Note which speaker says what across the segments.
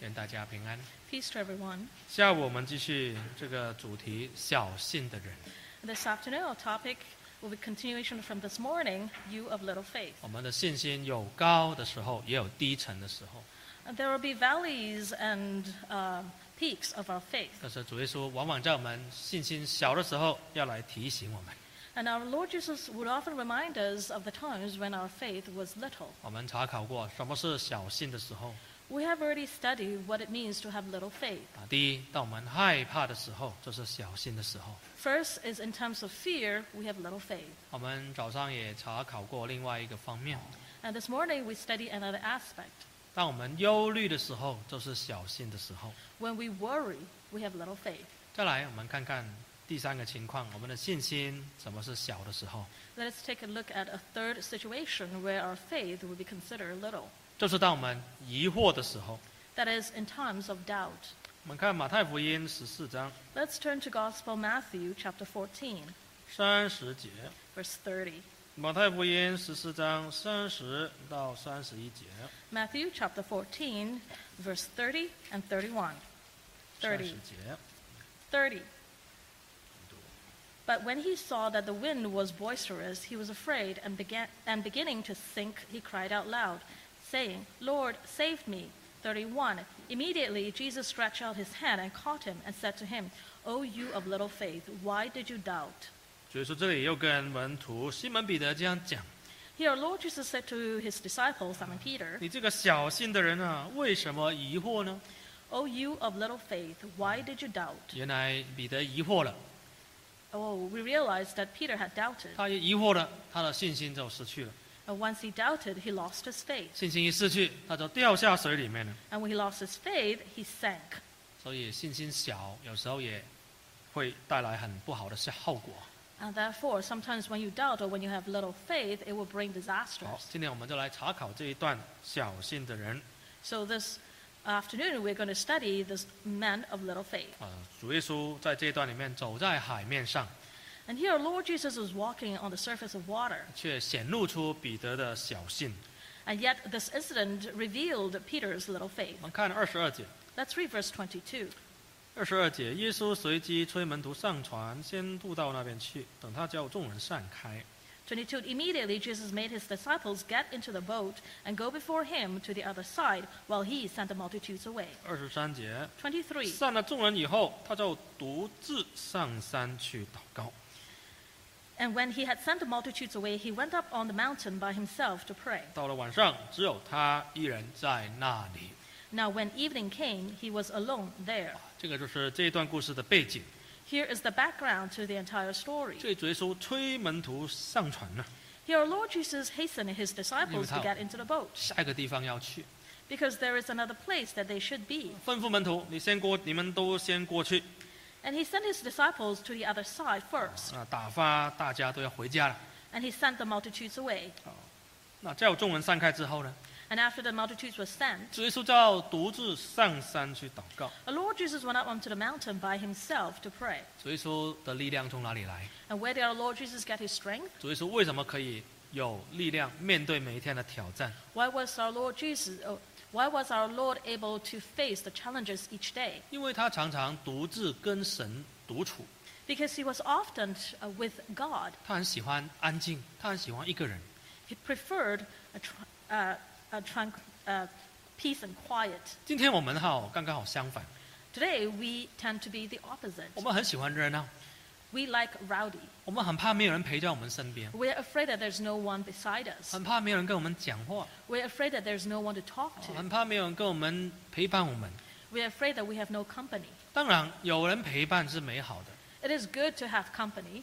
Speaker 1: 愿大家平安。
Speaker 2: Peace to everyone.
Speaker 1: 下午我们继续这个主题“小信的人
Speaker 2: This afternoon, our topic will be continuation from this morning, You of Little ”。Faith.
Speaker 1: 我们的信心有高的时候，也有低沉的时候。
Speaker 2: And There will be valleys and uh, peaks of our faith.
Speaker 1: 但是主耶稣往往在我们信心小的时候，要来提醒我们，
Speaker 2: And our Lord Jesus would often remind us of the times when our faith was little.
Speaker 1: 我们查考过什么是小信的时候
Speaker 2: We have already studied what it means to have little faith.
Speaker 1: 啊。第一，当我们害怕的时候，这是小信的时候。
Speaker 2: First is in times of fear, we have little faith.
Speaker 1: 我们早上也查考过另外一个方面，
Speaker 2: And this morning, we study another aspect.
Speaker 1: 当我们忧虑的时候，这是小信的时候。
Speaker 2: When we worry, we have little faith.
Speaker 1: 再来，我们看看第三个情况，我们的信心什么是小的时候？
Speaker 2: Let us take a look at a third situation where our faith will be considered little.
Speaker 1: 就是当我们疑惑的时候。
Speaker 2: That is, in times of doubt.
Speaker 1: 我们看马太福音十四章
Speaker 2: Let's turn to Gospel Matthew chapter 14,
Speaker 1: 三十节，
Speaker 2: verse 30.
Speaker 1: 马太福音十四章三十到三十一节，
Speaker 2: Matthew chapter 14, verse 30 and 31.
Speaker 1: 三
Speaker 2: 30.
Speaker 1: 十节。
Speaker 2: 30. But when he saw that the wind was boisterous, he was afraid, and, began, and beginning to sink, he cried out loud, saying, Lord, save me. 31. Immediately Jesus stretched out his hand and caught him, and said to him, O you of little faith, why did you doubt?
Speaker 1: 所以说这里又跟门徒西门彼得这样讲：
Speaker 2: Here our Lord Jesus said to his disciple, Simon Peter,
Speaker 1: 你这个小信的人啊，为什么疑惑呢？
Speaker 2: O you of little faith, why did you doubt?
Speaker 1: 原来彼得疑惑了，
Speaker 2: Oh, we realized that Peter had doubted.
Speaker 1: 他也疑惑了，他的信心就失去了。
Speaker 2: And once he doubted, he lost his faith.
Speaker 1: 信心一失去，他就掉下水里面了。
Speaker 2: And when he lost his faith, he sank.
Speaker 1: 所以信心小，有时候也会带来很不好的后果。
Speaker 2: And therefore, sometimes when you doubt or when you have little faith, it will bring
Speaker 1: 好
Speaker 2: disasters.，
Speaker 1: 今天我们就来查考这一段小信的人。
Speaker 2: So this afternoon, we're going to study this man of little faith.
Speaker 1: 啊，主耶稣在这一段里面走在海面上，
Speaker 2: And here, our Lord Jesus was walking on the surface of water.
Speaker 1: 却显露出彼得的小信。
Speaker 2: And yet, this incident revealed Peter's little
Speaker 1: 我
Speaker 2: faith.
Speaker 1: 们看二十二节，
Speaker 2: Let's read verse 22.
Speaker 1: 二十二节，耶稣随即催门徒上船，先渡到那边去，等他叫众人散开。
Speaker 2: 22 Immediately Jesus made his disciples get into the boat and go before him to the other side while he sent the multitudes away.
Speaker 1: 二十三节，
Speaker 2: 23
Speaker 1: 散了众人以后，他就独自上山去祷告。
Speaker 2: And when he had sent the multitudes away, he went up on the mountain by himself to pray.
Speaker 1: 到了晚上，只有他一人在那里。
Speaker 2: Now, when evening came, he was alone there.
Speaker 1: 这个就是这一段故事的背景。
Speaker 2: Here is the background to the entire story.
Speaker 1: 所以主耶稣催门徒上船了，
Speaker 2: Here, our Lord Jesus hastened his disciples to
Speaker 1: Newtown.
Speaker 2: get into the boat
Speaker 1: 下一个地方要去，
Speaker 2: because there is another place that they should be.
Speaker 1: 吩咐门徒：“你先过，你们都先过去。”
Speaker 2: And he sent his disciples to the other side first,
Speaker 1: 那啊打发大家都要回家了。
Speaker 2: and he sent the multitudes away.
Speaker 1: 那叫众人散开之后呢，
Speaker 2: And after the multitudes were sent,
Speaker 1: 主耶稣就要独自上山去祷告。
Speaker 2: Our Lord Jesus went up onto the mountain by himself to pray.
Speaker 1: 主耶稣的力量从哪里来？
Speaker 2: And where did our Lord Jesus get his strength?
Speaker 1: 主耶稣为什么可以有力量面对每一天的挑战？
Speaker 2: Why was our Lord Jesus oh, why was our Lord able to face the challenges each day?
Speaker 1: 因为他常常独自跟神独处，
Speaker 2: Because he was often uh, with God.
Speaker 1: 他很喜欢安静，他很喜欢一个人。
Speaker 2: He preferred a, tr- uh, a tranq- uh, peace and quiet.
Speaker 1: 今天我们哈刚刚好相反，
Speaker 2: Today we tend to be the opposite.
Speaker 1: 我们很喜欢热闹，
Speaker 2: We like rowdy.
Speaker 1: 我们很怕没有人陪在我们身边，
Speaker 2: We're afraid that there's no one beside us.
Speaker 1: 很怕没有人跟我们讲话，
Speaker 2: We're afraid that there's no one to talk to.
Speaker 1: 很怕没有人跟我们陪伴我们。
Speaker 2: We're afraid that we have no company.
Speaker 1: 当然，有人陪伴是美好的，
Speaker 2: It is good to have company.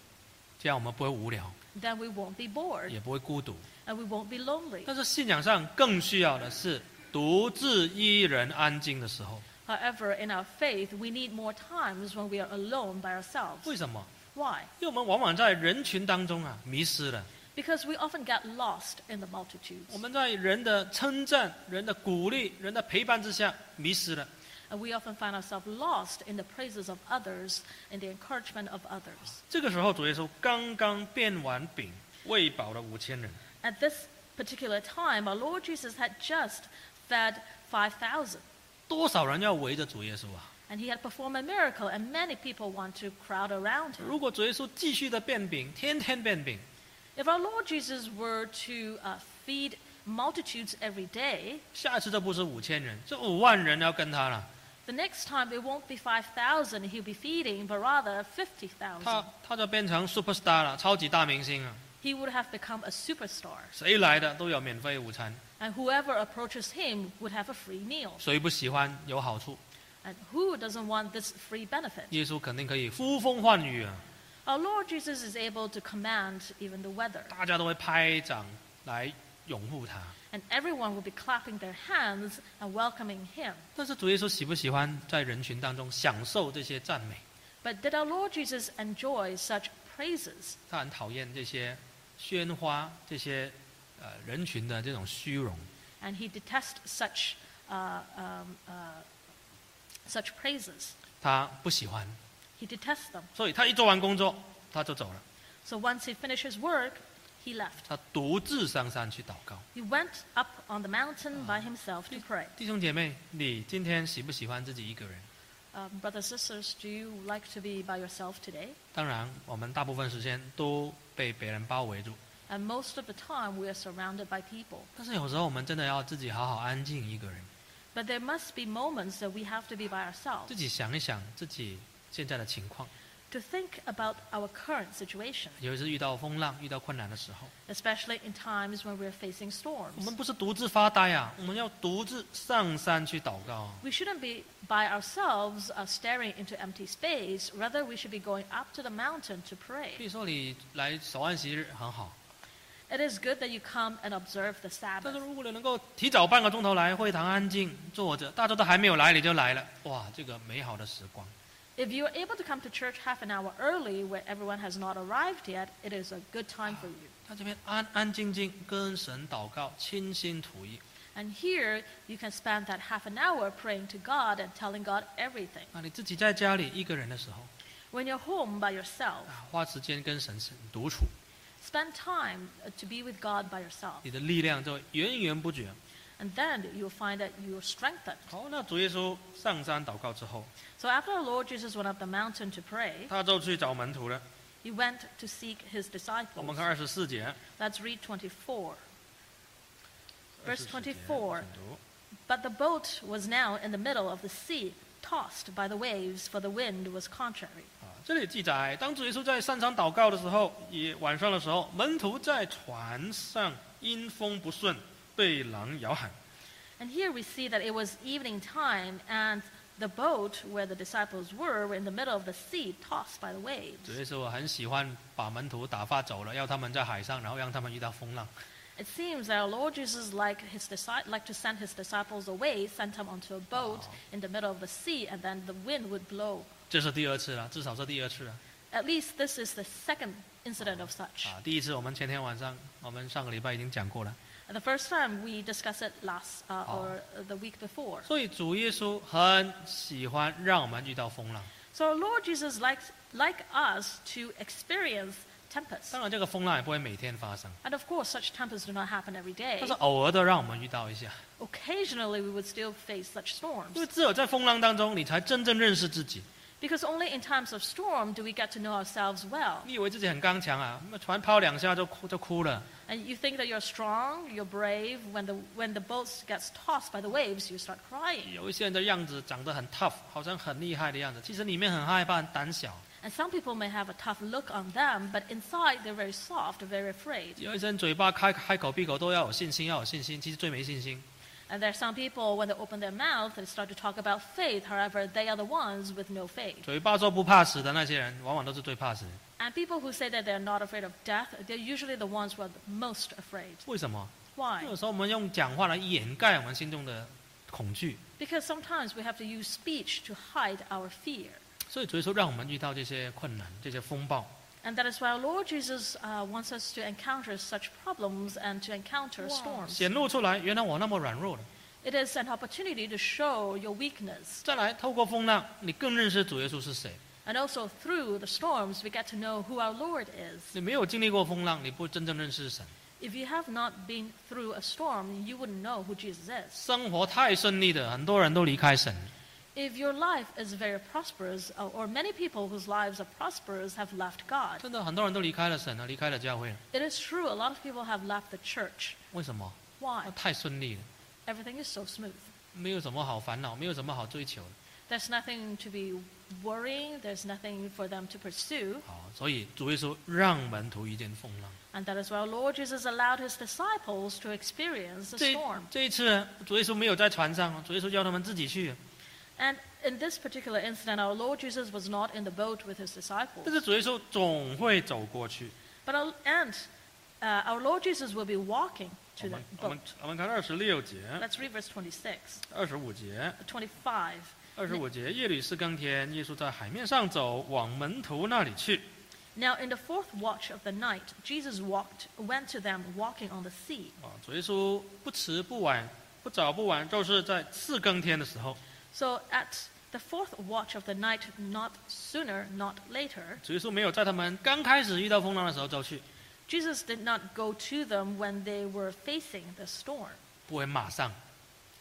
Speaker 1: 这样我们不会无聊，
Speaker 2: then we won't be bored
Speaker 1: 也不会孤独。
Speaker 2: and we won't be lonely.
Speaker 1: 但是信仰上更需要的是独自一人安静的时候。
Speaker 2: However, in our faith, we need more times when we are alone by ourselves.
Speaker 1: 为什么？
Speaker 2: Why?
Speaker 1: 因为我们往往在人群当中啊迷失了。
Speaker 2: Because we often get lost in the multitudes.
Speaker 1: 我们在人的称赞、人的鼓励、人的陪伴之下迷失了。
Speaker 2: And we often find ourselves lost in the praises of others and the encouragement of others.
Speaker 1: 这个时候，主耶稣刚刚变完饼，喂饱了五千人。
Speaker 2: At this particular time, our Lord Jesus had just fed 5,000.
Speaker 1: 多少人要围着主耶稣啊？
Speaker 2: And he had performed a miracle, and many people want to crowd around him.
Speaker 1: 如果主耶稣继续的变饼，天天变饼，
Speaker 2: If our Lord Jesus were to uh, feed multitudes every day,
Speaker 1: 下一次就不是五千人，这五万人要跟他了。
Speaker 2: the next time it won't be 5,000 he'll be feeding, but rather 50,000.
Speaker 1: 他他就变成 super star 了，超级大明星啊！
Speaker 2: He would have become a superstar,
Speaker 1: 谁来的都有免费午餐，
Speaker 2: and whoever approaches him would have a free meal.
Speaker 1: 谁不喜欢有好处？
Speaker 2: And who doesn't want this free benefit?
Speaker 1: 耶稣肯定可以呼风唤雨啊，
Speaker 2: Our Lord Jesus is able to command even the weather,
Speaker 1: 大家都会拍掌来拥护他。
Speaker 2: and everyone will be clapping their hands and welcoming him.
Speaker 1: 但是主耶稣喜不喜欢在人群当中享受这些赞美？
Speaker 2: But did our Lord Jesus enjoy such praises?
Speaker 1: 他很讨厌这些喧哗、这些呃人群的这种虚荣。
Speaker 2: and he detests such, uh, um, uh, such praises.
Speaker 1: 他不喜欢，
Speaker 2: He detests them.
Speaker 1: 所以他一做完工作他就走了，
Speaker 2: So once he finished his work, he left.
Speaker 1: 他独自上山去祷告。
Speaker 2: He went up on the mountain by himself to pray.
Speaker 1: 弟兄姐妹，你今天喜不喜欢自己一个人？
Speaker 2: Um, brothers and sisters, do you like to be by yourself today?
Speaker 1: 当然，我们大部分时间都被别人包围住，
Speaker 2: And most of the time, we are surrounded by people.
Speaker 1: 但是有时候我们真的要自己好好安静一个人，
Speaker 2: But there must be moments that we have to be by
Speaker 1: 自
Speaker 2: ourselves
Speaker 1: 己想一想自己现在的情况。
Speaker 2: to think about our current situation,
Speaker 1: 尤其是遇到风浪、遇到困难的时候，
Speaker 2: especially in times when we're facing
Speaker 1: 我
Speaker 2: storms.
Speaker 1: 们不是独自发呆啊，我们要独自上山去祷告啊。
Speaker 2: We shouldn't be by ourselves uh, staring into empty space. Rather, we should be going up to the mountain to
Speaker 1: 比
Speaker 2: pray.
Speaker 1: 如说你来守安息日很好，
Speaker 2: It is good that you come and observe the
Speaker 1: 但
Speaker 2: Sabbath.
Speaker 1: 是如果你能够提早半个钟头来会堂安静坐着，大家都还没有来你就来了，哇，这个美好的时光。
Speaker 2: If you are able to come to church half an hour early where everyone has not arrived yet, it is a good time for you.
Speaker 1: 他这边安安静静跟神祷告，倾心吐意。
Speaker 2: And here, you can spend that half an hour praying to God and telling God everything.
Speaker 1: 那你自己在家里一个人的时候
Speaker 2: When you're home by yourself,
Speaker 1: 啊，花时间跟神神独处，
Speaker 2: spend time uh, to be with God by yourself.
Speaker 1: 你的力量就会源源不绝。
Speaker 2: And then you'll find that you're strengthened.
Speaker 1: 好，那主耶稣上山祷告之后，
Speaker 2: So after our Lord Jesus went up the mountain to pray,
Speaker 1: 他就去找门徒了。
Speaker 2: He went to seek his
Speaker 1: 我
Speaker 2: disciples.
Speaker 1: 们看二十四节
Speaker 2: Let's read 24. Verse
Speaker 1: 24节
Speaker 2: 24
Speaker 1: 请读
Speaker 2: But the boat was now in the middle of the sea, tossed by the waves, for the wind was contrary.
Speaker 1: 啊，这里记载，当主耶稣在上山祷告的时候，也晚上的时候，门徒在船上因风不顺被狼摇喊。
Speaker 2: And here we see that it was evening time, and the boat where the disciples were were in the middle of the sea, tossed by the
Speaker 1: 主
Speaker 2: waves.
Speaker 1: 耶稣很喜欢把门徒打发走了，要他们在海上，然后让他们遇到风浪。
Speaker 2: It seems that our Lord Jesus like his disci- like to send his disciples away, sent them onto a boat
Speaker 1: Wow.
Speaker 2: in the middle of the sea, and then the wind would blow.
Speaker 1: 这是第二次了，至少是第二次了。
Speaker 2: At least this is the second incident of such.
Speaker 1: 啊，第一次我们前天晚上，我们上个礼拜已经讲过了。
Speaker 2: And The first time we discussed it last uh,
Speaker 1: Oh.
Speaker 2: or uh, the week before.
Speaker 1: 所以主耶稣很喜欢让我们遇到风浪。
Speaker 2: So our Lord Jesus likes like us to experience tempests.
Speaker 1: 当然，这个风浪也不会每天发生，
Speaker 2: And of course, such tempests do not happen every day.
Speaker 1: 但是偶尔的让我们遇到一下，
Speaker 2: Occasionally, we would still face such
Speaker 1: 因为
Speaker 2: storms
Speaker 1: 只有在风浪当中，你才真正认识自己。
Speaker 2: because only in times of storm do we get to know ourselves well.
Speaker 1: 你以为自己很刚强啊？那船抛两下就哭就哭了，
Speaker 2: And you think that you're strong, you're brave. When the when the boat gets tossed by the waves, you start crying.
Speaker 1: 有一些人的样子长得很 tough，好像很厉害的样子，其实里面很害怕、很胆小。
Speaker 2: And some people may have a tough look on them, but inside they're very soft, very afraid.
Speaker 1: 有一些人嘴巴开开口闭口都要有信心，要有信心，其实最没信心。
Speaker 2: And there are some people, when they open their mouth, they start to talk about faith. However, they are the ones with no faith.
Speaker 1: 嘴巴说不怕死的那些人，往往都是最怕死的。
Speaker 2: And people who say that they're not afraid of death, they're usually the ones who are the most afraid.
Speaker 1: 为什么？因为有
Speaker 2: Why?
Speaker 1: 时候我们用讲话来掩盖我们心中的恐惧，
Speaker 2: Because sometimes we have to use speech to hide our fear.
Speaker 1: 所以主耶稣让我们遇到这些困难、这些风暴。
Speaker 2: And that is why our Lord Jesus uh, wants us to encounter such problems and to encounter storms.
Speaker 1: 显露出来，原来我那么软弱的。
Speaker 2: It is an opportunity to show your weakness.
Speaker 1: 再来，透过风浪，你更认识主耶稣是谁。
Speaker 2: And also through the storms, we get to know who our Lord is.
Speaker 1: 你没有经历过风浪，你不真正认识神。
Speaker 2: If you have not been through a storm, you wouldn't know who Jesus is.
Speaker 1: 生活太顺利的，很多人都离开神。
Speaker 2: If your life is very prosperous, or- or many people whose lives are prosperous have left God,
Speaker 1: 真的，很多人都离开了神了，离开了教会了。
Speaker 2: it is true a lot of people have left the church.
Speaker 1: 为什么？那
Speaker 2: Why?
Speaker 1: 太顺利了，
Speaker 2: Everything is so smooth.
Speaker 1: 没有什么好烦恼，没有什么好追求的。
Speaker 2: There's nothing to be worrying, there's nothing for them to pursue.
Speaker 1: 好，所以主耶稣让门徒遇见风浪。
Speaker 2: And that is why our Lord Jesus allowed his disciples to experience the
Speaker 1: 这
Speaker 2: storm.
Speaker 1: 这一次，主耶稣没有在船上，主耶稣叫他们自己去。
Speaker 2: And in this particular incident, our Lord Jesus was not in the boat with his
Speaker 1: 但
Speaker 2: disciples.
Speaker 1: 是主耶稣总会走过去。
Speaker 2: But our, and uh, our Lord Jesus will be walking
Speaker 1: 我
Speaker 2: to the
Speaker 1: 们我们
Speaker 2: boat.
Speaker 1: 我们看二十六节、
Speaker 2: Let's read verse uh, 26,
Speaker 1: 二十五节、
Speaker 2: 25.
Speaker 1: 二十五节。夜里是更天，耶稣在海面上走，往门徒那里去。
Speaker 2: Now in the fourth watch of the night, Jesus walked, went to them walking on the sea.
Speaker 1: 啊，主耶稣不迟不晚，不早不晚，就是在四更天的时候，
Speaker 2: So at the fourth watch of the night, not sooner, not later,
Speaker 1: 主耶稣没有在他们刚开始遇到风浪的时候就去，
Speaker 2: Jesus did not go to them when they were facing the storm,
Speaker 1: 不会马上。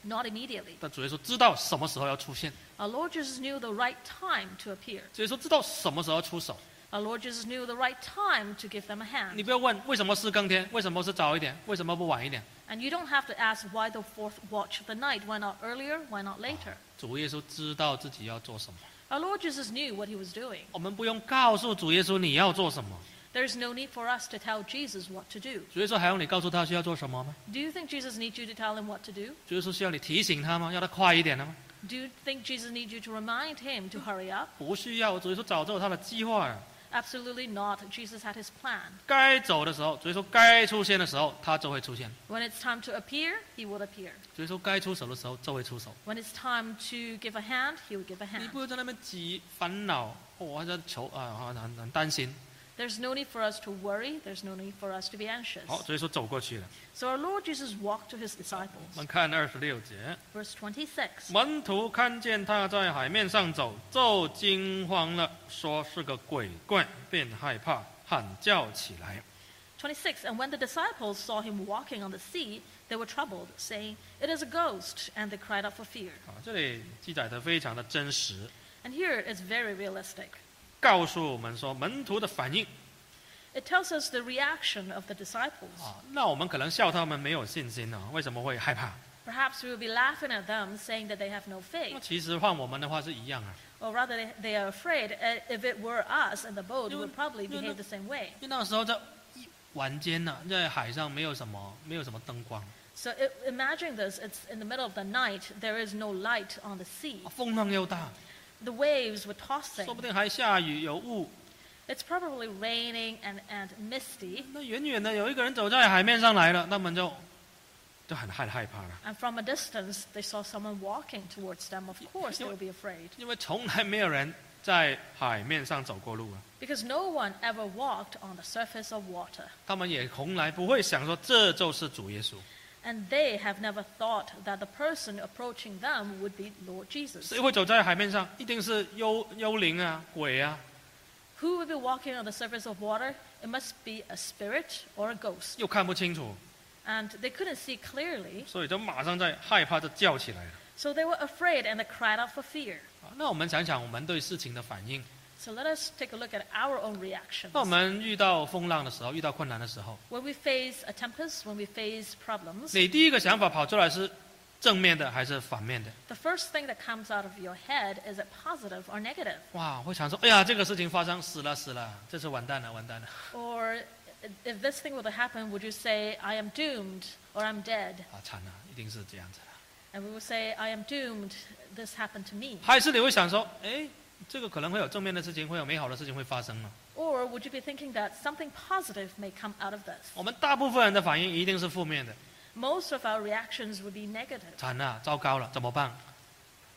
Speaker 2: not immediately.
Speaker 1: 但主耶稣知道什么时候要出现，
Speaker 2: Our Lord Jesus knew the right time to appear.
Speaker 1: 主耶稣知道什么时候出手。
Speaker 2: Our Lord Jesus knew the right time to give them a
Speaker 1: 你
Speaker 2: hand.
Speaker 1: 不要问为什么是更天，为什么是早一点，为什么不晚一点。
Speaker 2: And you don't have to ask why the fourth watch of the night, why not earlier, why not later.
Speaker 1: 主耶稣知道自己要做什么，
Speaker 2: Our Lord Jesus knew what he was doing.
Speaker 1: 我们不用告诉主耶稣你要做什么。
Speaker 2: There's no need for us to tell Jesus what to do.
Speaker 1: 主耶稣还要你告诉他需要做什么吗？
Speaker 2: Do you think Jesus needs you to tell him what to do?
Speaker 1: 主耶稣需要你提醒他吗？要他快一点的吗？
Speaker 2: Do you think Jesus needs you to remind him to hurry up?
Speaker 1: 不需要，主耶稣早就有他的计划了。
Speaker 2: Absolutely not. Jesus had his plan.
Speaker 1: 该走的时候，主耶稣该出现的时候，他就会出现；
Speaker 2: When it's time to appear, he will appear.
Speaker 1: 主耶稣该出手的时候，就会出手。
Speaker 2: When it's time to give a hand, he will give a
Speaker 1: 你
Speaker 2: hand.
Speaker 1: 不用在那边急烦恼，哦我还在求啊，好很很担心。
Speaker 2: There's no need for us to worry. There's no need for us to be anxious.
Speaker 1: 好，主耶稣走过去了。
Speaker 2: So our Lord Jesus walked to his
Speaker 1: 我
Speaker 2: disciples.
Speaker 1: 们看二十六节，
Speaker 2: Verse 26.
Speaker 1: 门徒看见他在海面上走，就惊慌了，说是个鬼怪，便害怕，喊叫起来。
Speaker 2: 26. And when the disciples saw him walking on the sea, they were troubled, saying, It is a ghost. And they cried out for fear.
Speaker 1: 啊，这里记载的非常的真实，
Speaker 2: And here it's very realistic.
Speaker 1: 告诉我们说门徒的反应
Speaker 2: It tells us the reaction of the disciples.
Speaker 1: 啊。那我们可能笑他们没有信心啊，为什么会害怕？
Speaker 2: Perhaps we will be laughing at them, saying that they have no
Speaker 1: 那
Speaker 2: faith.
Speaker 1: 其实换我们的话是一样啊，
Speaker 2: Or rather, they, they are afraid uh, if it were us in the boat, we
Speaker 1: No,
Speaker 2: would probably
Speaker 1: no, no.
Speaker 2: behave the same way.
Speaker 1: 因为那个时候在晚间呢、在海上没有什么没有什么灯光，啊
Speaker 2: So i imagine this it's in the middle of the night, there is no light on the sea.
Speaker 1: 啊风浪又大，
Speaker 2: The waves were tossing.
Speaker 1: 说不定还下雨有雾。
Speaker 2: It's probably raining and, and misty.
Speaker 1: 那远远的有一个人走在海面上来了，那们就就很害害怕了，
Speaker 2: And from a distance, they saw someone walking towards them. Of course, they
Speaker 1: know-
Speaker 2: will be afraid.
Speaker 1: 因为从来没有人在海面上走过路啊。
Speaker 2: Because no one ever walked on the surface of water.
Speaker 1: 他们也从来不会想说这就是主耶稣，
Speaker 2: And they have never thought that the person approaching them would be Lord Jesus.
Speaker 1: 谁会走在海面上？一定是幽幽灵啊、鬼啊，
Speaker 2: Who would be walking on the surface of water? It must be a spirit or a ghost.
Speaker 1: 又看不清楚，
Speaker 2: And they couldn't see clearly,
Speaker 1: 所以就马上在害怕就叫起来了。
Speaker 2: so they were afraid and they cried out for fear.
Speaker 1: 啊那我们想想我们对事情的反应。
Speaker 2: So let us take a look at our own reactions.
Speaker 1: 那我们遇到风浪的时候，遇到困难的时候，
Speaker 2: When we face a tempest, when we face problems,
Speaker 1: 你第一个想法跑出来是正面的还是反面的？
Speaker 2: the first thing that comes out of your head is it positive or negative?
Speaker 1: 哇，会想说，哎呀，这个事情发生，死了死了，这次完蛋了完蛋了
Speaker 2: Or if this thing were to happen, would you say, I am doomed or I'm dead?
Speaker 1: 啊，惨了，一定是这样子的。
Speaker 2: And we will say, I am doomed, this happened to me.
Speaker 1: 还是你会想说，哎，这个可能会有正面的事情，会有美好的事情会发生呢？
Speaker 2: Or would you be thinking that something positive may come out of this?
Speaker 1: 我们大部分人的反应一定是负面的，
Speaker 2: Most of our reactions would be negative.
Speaker 1: 惨了，糟糕了，怎么办？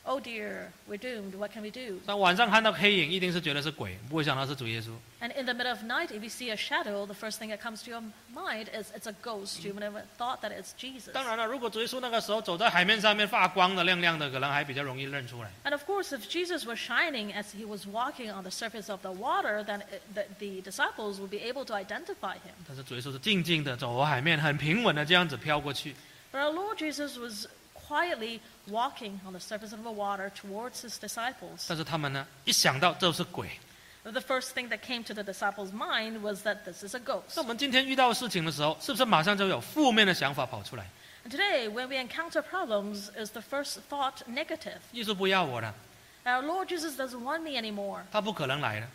Speaker 2: Oh dear, we're doomed. What can we do?
Speaker 1: 但晚上看到黑影，一定是觉得是鬼，不会想到是主耶稣。
Speaker 2: And in the middle of night, if you see a shadow, the first thing that comes to your mind is it's a ghost. You would never thought that it's Jesus.
Speaker 1: 当然了，如果主耶稣那个时候走在海面上面发光的亮亮的，可能还比较容易认出来。
Speaker 2: And of course, if Jesus was shining as he was walking on the surface of the water, then it, the, the disciples would be able to identify him.
Speaker 1: 但是主耶稣是静静的走过海面，很平稳的这样子飘过去。
Speaker 2: But our Lord Jesus was quietly walking on the surface of the water towards his disciples.
Speaker 1: 但是他们呢，一想到这是鬼，
Speaker 2: The first thing that came to the disciples' mind was that this is a ghost.
Speaker 1: 那我们今天遇到事情的时候，是不是马上就有负面的想法跑出来？
Speaker 2: And today, when we encounter problems, is the first thought negative.
Speaker 1: 耶稣不要我了，
Speaker 2: Our Lord Jesus doesn't want me anymore.
Speaker 1: 他不可能来了，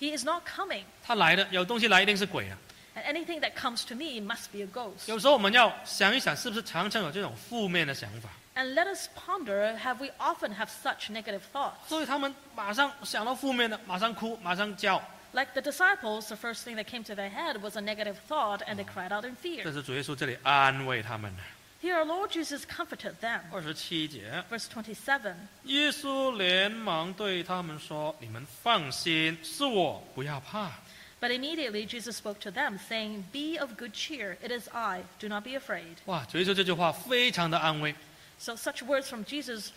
Speaker 2: He is not coming.
Speaker 1: 他来了，有东西来一定是鬼了。
Speaker 2: And anything that comes to me must be a ghost.
Speaker 1: 有时候我们要想一想，是不是常常有这种负面的想法？
Speaker 2: And let us ponder have we often have such negative thoughts?
Speaker 1: 所以他们马上想到负面的，马上哭，马上叫。
Speaker 2: Like the disciples, the first thing that came to their head was a negative thought, and they cried out in
Speaker 1: 这
Speaker 2: fear.
Speaker 1: 是主耶稣这里安慰他们的。
Speaker 2: Here, our Lord Jesus comforted them.
Speaker 1: 二十七节，
Speaker 2: Verse 27
Speaker 1: 耶稣连忙对他们说：“你们放心，是我，不要怕。
Speaker 2: But immediately Jesus spoke to them, saying, Be of good cheer, it is I, do not be afraid. ”
Speaker 1: 哇，主耶稣这句话非常的安慰。
Speaker 2: So, such words from Jesus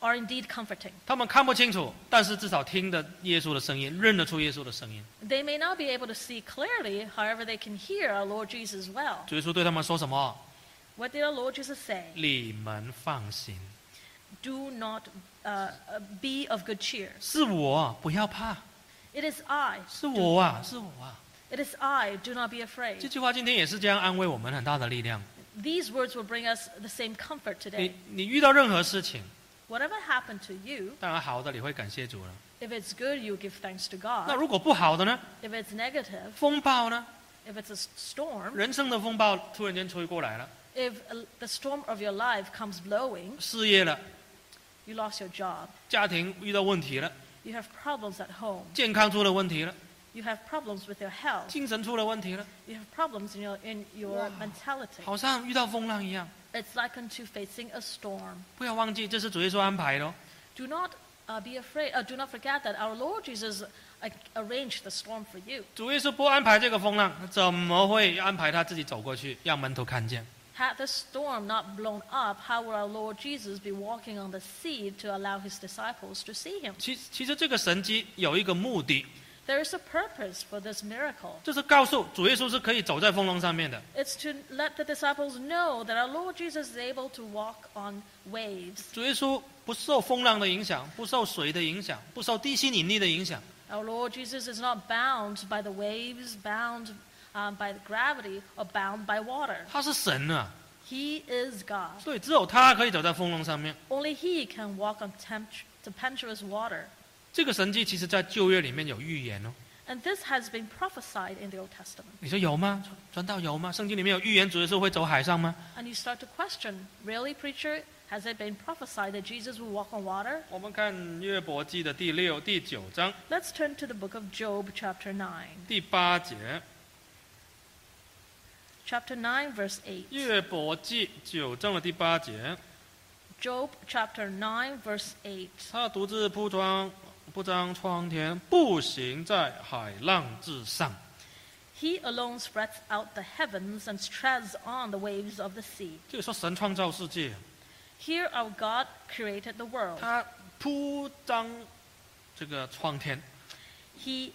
Speaker 2: are indeed comforting.
Speaker 1: 他们看不清楚，但是至少听得耶稣的声音，认得出耶稣的声音。
Speaker 2: They may not be able to see clearly, however, they can hear our Lord Jesus well.
Speaker 1: 主耶稣对他们说什么？
Speaker 2: What did our Lord Jesus say?
Speaker 1: 你们放心，
Speaker 2: Do not uh, uh, be of good cheer.
Speaker 1: 是我，不要怕，
Speaker 2: It is I.
Speaker 1: 是我啊，是我啊。
Speaker 2: It is I. Do not be
Speaker 1: 这
Speaker 2: afraid.
Speaker 1: 句话今天也是这样安慰我们很大的力量。
Speaker 2: These words will bring us the same comfort
Speaker 1: 你
Speaker 2: today.
Speaker 1: 你遇到任何事情，
Speaker 2: Whatever happened to you,
Speaker 1: 当然好的你会感谢主了。
Speaker 2: if it's good, you give thanks to
Speaker 1: 那
Speaker 2: God.
Speaker 1: 如果不好的呢？
Speaker 2: If it's negative,
Speaker 1: 风暴呢？
Speaker 2: if it's a s- storm,
Speaker 1: 人生的风暴突然间吹过来了，
Speaker 2: if uh, the storm of your life comes blowing,
Speaker 1: 失业了，
Speaker 2: you lost your job,
Speaker 1: 家庭遇到问题了，
Speaker 2: you have problems at home,
Speaker 1: 健康出了问题了，
Speaker 2: you have problems with your health,
Speaker 1: 精神出了问题了，
Speaker 2: you have problems in your, in your
Speaker 1: Wow.
Speaker 2: mentality.
Speaker 1: 好像遇到风浪一样。
Speaker 2: It's like unto facing a storm.
Speaker 1: 不要忘记，这是主耶稣安排的、哦。
Speaker 2: Do not uh, be afraid. Uh, do not forget that our Lord Jesus uh, arranged the storm for you.
Speaker 1: 主耶稣不安排这个风浪，怎么会安排他自己走过去，让门徒看见？
Speaker 2: Had the storm not blown up, how would our Lord Jesus be walking on the sea to allow his disciples to see him?
Speaker 1: 其其实这个神迹有一个目的，
Speaker 2: There is a purpose for this miracle.
Speaker 1: 就是告诉主耶稣是可以走在风浪上面的。
Speaker 2: It's to let the disciples know that our Lord Jesus is able to walk on waves.
Speaker 1: 主耶稣不受风浪的影响，不受水的影响，不受地心引力的影响，
Speaker 2: Our Lord Jesus is not bound by the waves, bound um, by the gravity, or bound by water.
Speaker 1: 他是神啊，
Speaker 2: He is God.
Speaker 1: 所以只有他可以走在风浪上面。
Speaker 2: Only He can walk on tempt- tempestuous water.
Speaker 1: 这个神迹其实在旧约里面有预言哦。
Speaker 2: And this has been prophesied in the Old Testament.
Speaker 1: 你说有吗？传传道有吗？圣经里面有预言主耶稣会走海上吗？
Speaker 2: And you start to question really, preacher? Has it been prophesied that Jesus will walk on water?
Speaker 1: 我们看约伯记的第六、第九章
Speaker 2: Let's turn to the book of Job, chapter 9.
Speaker 1: 第八节。
Speaker 2: Chapter 9, verse 8.
Speaker 1: 乐伯记九章的第八节，
Speaker 2: Job, chapter 9, verse 8.
Speaker 1: 他独自铺张不张窗天，步行在海浪之上。
Speaker 2: He alone spreads out the heavens and treads on the waves of the sea.
Speaker 1: 这里说神创造世界，
Speaker 2: Here our God created the world.
Speaker 1: 他铺张这个窗天，
Speaker 2: He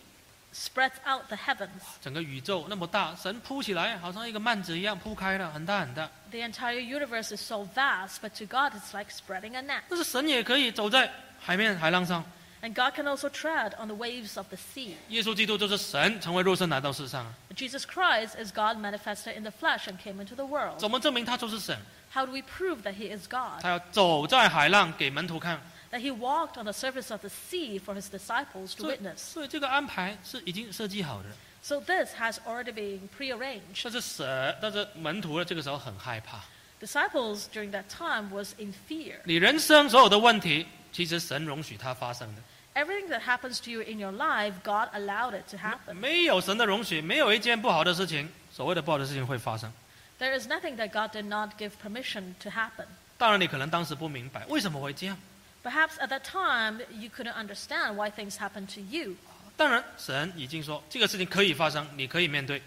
Speaker 2: spreads out the heavens.
Speaker 1: 整个宇宙那么大，神铺起来好像一个幔子一样铺开了，很大很大。
Speaker 2: The entire universe is so vast, but to God it's like spreading a net.
Speaker 1: 但是神也可以走在海面海浪上。
Speaker 2: And God can also tread on the waves of the sea.
Speaker 1: 耶稣基督就是神成为肉身来到世上，
Speaker 2: Jesus Christ is God manifested in the flesh and came into the world.
Speaker 1: 怎么证明他就是神？
Speaker 2: How do we prove that he is God?
Speaker 1: 他要走在海浪给门徒看。
Speaker 2: That he walked on the surface of the sea for his disciples to
Speaker 1: 所以，
Speaker 2: witness.
Speaker 1: 所以这个安排是已经设计好的。
Speaker 2: So this has already been prearranged.
Speaker 1: 但是蛇，但是门徒呢，这个时候很害怕。
Speaker 2: Disciples during that time was in fear.
Speaker 1: 你人生所有的问题，其实神容许它发生的。
Speaker 2: Everything that happens to you in your life, God allowed it to happen.
Speaker 1: 没有神的容许，没有一件不好的事情，所谓的不好的事情会发生。
Speaker 2: There is nothing that God did not give permission to happen.
Speaker 1: 当然，你可能当时不明白为什么会这样，
Speaker 2: Perhaps at that time you couldn't understand why things happened to you.
Speaker 1: 当然，神已经说这个事情可以发生，你可以面对，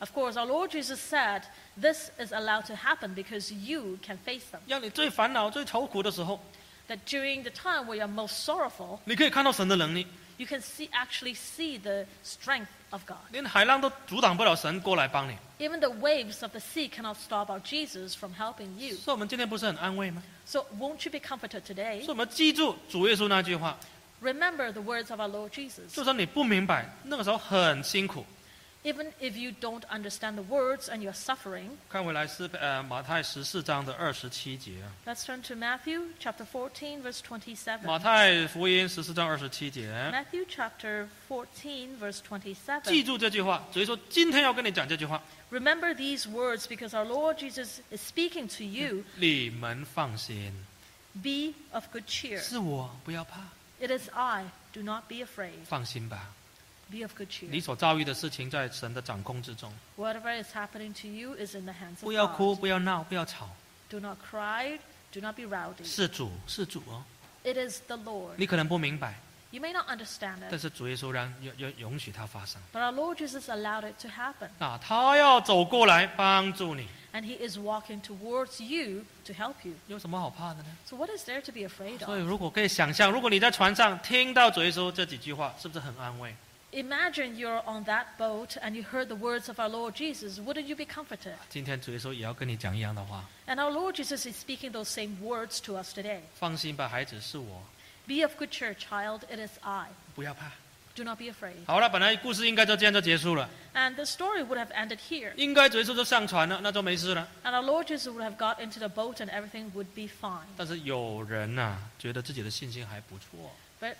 Speaker 2: Of course, our Lord Jesus said this is allowed to happen because you can face them.
Speaker 1: 让你最烦恼、最愁苦的时候，
Speaker 2: That during the time where you're most sorrowful,
Speaker 1: 你可以看到神的能力，
Speaker 2: you can see, actually see the strength of God.
Speaker 1: 连海浪都阻挡不了神过来帮你。
Speaker 2: Even the waves of the sea cannot stop our Jesus from helping you.
Speaker 1: 所以我们今天不是很安慰吗？
Speaker 2: So won't you be comforted today?
Speaker 1: 所以我们记住主耶稣那句话，
Speaker 2: Remember the words of our Lord Jesus.
Speaker 1: 就算你不明白，那个时候很辛苦。
Speaker 2: Even if you don't understand the words and you're suffering,
Speaker 1: 看回来是呃马太十四章的二十七节啊，
Speaker 2: let's turn to Matthew chapter 14, verse 27.
Speaker 1: 马太福音十四章二十七节，
Speaker 2: Matthew chapter 14, verse
Speaker 1: 记
Speaker 2: 27.
Speaker 1: 住这句话。所以说今天要跟你讲这句话，
Speaker 2: Remember these words because our Lord Jesus is speaking to you.
Speaker 1: 你们放心，
Speaker 2: Be of good cheer.
Speaker 1: 是我，不要怕，
Speaker 2: It is I. Do not be afraid.
Speaker 1: 放心吧。
Speaker 2: Be of good cheer.
Speaker 1: 你所遭遇的事情在神的掌控之中，
Speaker 2: Whatever is happening to you is in the hands of
Speaker 1: 不要
Speaker 2: God.
Speaker 1: 哭，不要闹，不要吵，
Speaker 2: Do not cry. Do not be rowdy.
Speaker 1: 是主，是主哦。
Speaker 2: It is the Lord.
Speaker 1: 你可能不明白，
Speaker 2: You may not understand
Speaker 1: 但
Speaker 2: it,
Speaker 1: 是主耶稣让允允允许它发生。
Speaker 2: but our Lord Jesus allowed it to happen.
Speaker 1: 那他要走过来帮助你，
Speaker 2: And He is walking towards you to help you.
Speaker 1: 有什么好怕的呢？
Speaker 2: So, what is there to be afraid
Speaker 1: 所以，
Speaker 2: of?
Speaker 1: 如果可以想象，如果你在船上听到主耶稣这几句话，是不是很安慰？
Speaker 2: Imagine you're on that boat and you heard the words of our Lord Jesus. Wouldn't you be comforted?
Speaker 1: 今天主耶稣也要跟你讲一样的话，
Speaker 2: And our Lord Jesus is speaking those same words to us today.
Speaker 1: 放心吧，孩子是我，
Speaker 2: Be of good cheer, child. It is I.
Speaker 1: 不要怕。
Speaker 2: Do not be afraid.
Speaker 1: 好了，本来故事应该就这样就结束了，
Speaker 2: And the story would have ended here.
Speaker 1: 应该主耶稣就上船了，那就没事了。
Speaker 2: And our Lord Jesus would have got into the boat and everything would be fine.
Speaker 1: 但是有人呐、觉得自己的信心还不错，
Speaker 2: But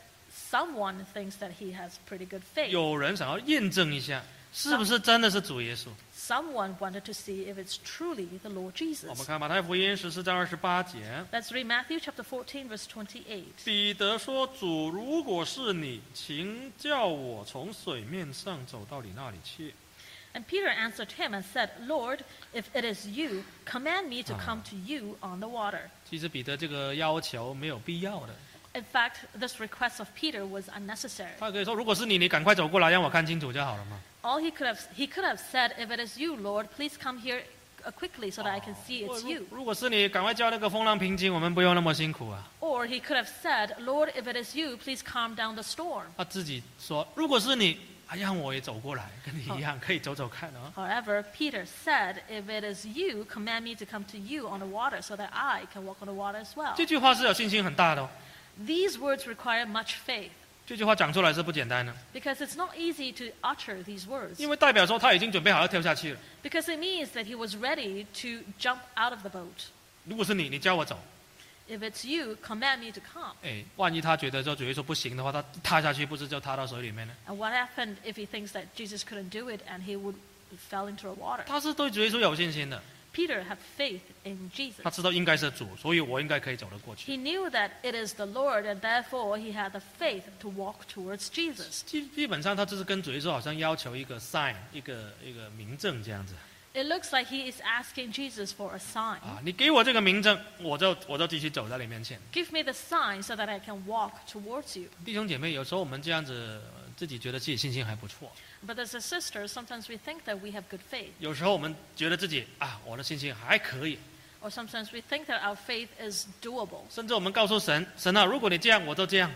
Speaker 2: someone thinks that he has pretty good faith.
Speaker 1: 有人想要验证一下，是不是真的是主耶稣？
Speaker 2: Someone wanted to see if it's truly the Lord
Speaker 1: 我们
Speaker 2: Jesus.
Speaker 1: 看马太福音十四章二十八节，
Speaker 2: Let's read Matthew chapter 14, verse 28.
Speaker 1: 彼得说：“主，如果是你，请叫我从水面上走到你那里去。
Speaker 2: And Peter answered him and said, Lord, if it is you, command me to come to you on the water. ”
Speaker 1: 其实彼得这个要求没有必要的，
Speaker 2: In fact, this request of Peter was unnecessary.
Speaker 1: 他可以说：“如果是你，你赶快走过来，让我看清楚就好了嘛。
Speaker 2: All he could have he could have said, if it is you, Lord, please come here uh, quickly so that I can see
Speaker 1: 如
Speaker 2: it's you.
Speaker 1: 如果是你，赶快叫那个风浪平静，我们不用那么辛苦啊。
Speaker 2: Or he could have said, Lord, if it is you, please calm down the storm. ”
Speaker 1: 他自己说：“如果是你，啊，让我也走过来，跟你一样，可以走走看啊。
Speaker 2: However, Peter said, If it is you, command me to come to you on the water so that I can walk on the water as well.
Speaker 1: 这句话是有信心很大的、哦，
Speaker 2: These words require much faith
Speaker 1: 这句话讲出来是不简单的，
Speaker 2: because it's not easy to utter these words
Speaker 1: 因为代表说他已经准备好要跳下去了。
Speaker 2: because it means that he was ready to jump out of the boat.
Speaker 1: 如果是你，你叫我走。
Speaker 2: If it's you, command me to come.
Speaker 1: 哎，万一他觉得说主耶稣不行的话，他踏下去不是就踏到水里面呢？
Speaker 2: And what happened if he thinks that Jesus couldn't do it and he would fell into the water?
Speaker 1: 他是对主耶稣有信心的，
Speaker 2: Peter had faith in Jesus.
Speaker 1: 他知道应该是主，所以我应该可以走得过去。
Speaker 2: He knew that it is the Lord, and therefore he had the faith to walk towards Jesus.
Speaker 1: 基基本上他就是跟主耶稣好像要求一个 sign，一个一个明证这样子
Speaker 2: It looks like he is asking Jesus for a sign.
Speaker 1: 啊，你给我这个明证，我就我就继续走在你面前。
Speaker 2: Give me the sign so that I can walk towards you.
Speaker 1: 弟兄姐妹，有时候我们这样子呃自己觉得自己信心还不错，
Speaker 2: But as a sister, sometimes we think that we have good faith,
Speaker 1: 有时候我们觉得自己啊，我的信心还可以，
Speaker 2: or sometimes we think that our faith is doable.
Speaker 1: 甚至我们告诉神，神啊，如果你这样，我就这样；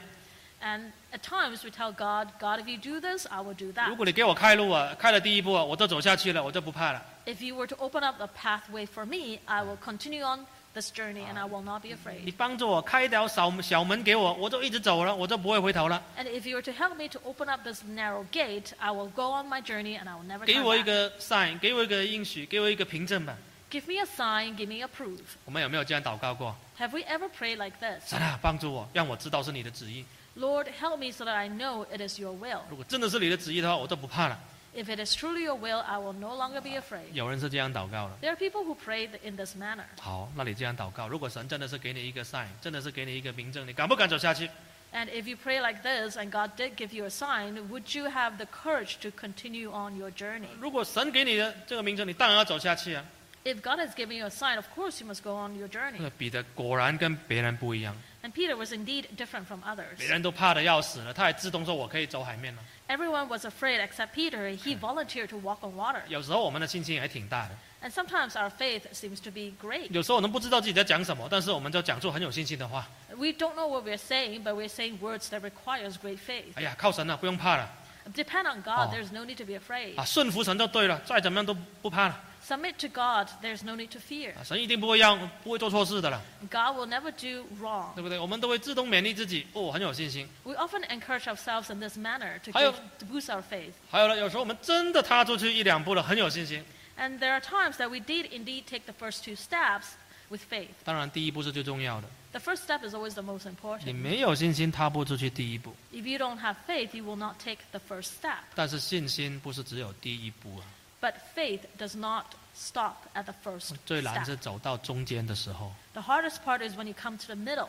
Speaker 2: And at times we tell God, God, if you do this, I will do
Speaker 1: 如
Speaker 2: that.
Speaker 1: 果你给我开路啊，开了第一步啊，我就走下去了，我就不怕了。
Speaker 2: If you were to open up a pathway for me, I will continue on this journey and I will not be
Speaker 1: 你
Speaker 2: afraid.
Speaker 1: 帮助我开一条小小门给我，我就一直走了，我就不会回头了。
Speaker 2: And if you were to help me to open up this narrow gate, I will go on my journey and I will never
Speaker 1: 给
Speaker 2: turn
Speaker 1: 我一
Speaker 2: back.
Speaker 1: 个 sign，给我一个应许，给我一个凭证吧。
Speaker 2: Give me a sign, give me a proof.
Speaker 1: 我们有没有这样祷告过？
Speaker 2: Have we ever prayed like this?
Speaker 1: 神啊，帮助我，让我知道是你的旨意。
Speaker 2: Lord, help me so that I know it is your will.
Speaker 1: 如果真的是你的旨意的话，我就不怕了。
Speaker 2: If it is truly your will, I will no longer be afraid.
Speaker 1: 有人是这样祷告的。
Speaker 2: There are people who pray th- in this manner.
Speaker 1: 好，那你这样祷告，如果神真的是给你一个 sign，真的是给你一个凭证，你敢不敢走下去？
Speaker 2: And if you pray like this and God did give you a sign, would you have the courage to continue on your journey?
Speaker 1: 如果神给你的这个名证，你当然要走下去啊。
Speaker 2: If God has given you a sign, of course you must go on your
Speaker 1: 那个
Speaker 2: journey.
Speaker 1: 彼得果然跟别人不一样，
Speaker 2: And Peter was indeed different from others.
Speaker 1: 别人都怕的要死了，他还自动说我可以走海面了。
Speaker 2: Everyone was afraid except Peter. He volunteered to walk on water.
Speaker 1: 有时候我们的信心也挺大的，
Speaker 2: And sometimes our faith seems to be great.
Speaker 1: 有时候我们不知道自己在讲什么，但是我们就讲出很有信心的话。
Speaker 2: We don't know what we're saying, but we're saying words that requires great faith.
Speaker 1: 哎呀，靠神了，不用怕了
Speaker 2: Depend on God.
Speaker 1: Oh.
Speaker 2: There's no need to be afraid.
Speaker 1: 啊，顺服神就对了，再怎么样都不怕了
Speaker 2: Submit to God. There's no need to fear.
Speaker 1: 啊，神一定不会让不会做错事的了，
Speaker 2: God will never do wrong.
Speaker 1: 对不对？我们都会自动勉励自己，哦，很有信心。
Speaker 2: We often encourage ourselves in this manner to,
Speaker 1: Hay-
Speaker 2: give, to boost our faith.
Speaker 1: 还有呢，有时候我们真的踏出去一两步了，很有信心。
Speaker 2: And there are times that we did indeed take the first two steps with faith.
Speaker 1: 当然，第一步是最重要的。
Speaker 2: The first step is always the most
Speaker 1: 你
Speaker 2: important.
Speaker 1: 没有信心，踏不出去第一步。
Speaker 2: If you don't have faith, you will not take the first step.
Speaker 1: 但是信心不是只有第一步啊，
Speaker 2: But faith does not stop at the first
Speaker 1: 最难是
Speaker 2: step.
Speaker 1: 走到中间的时候，
Speaker 2: The hardest part is when you come to the middle.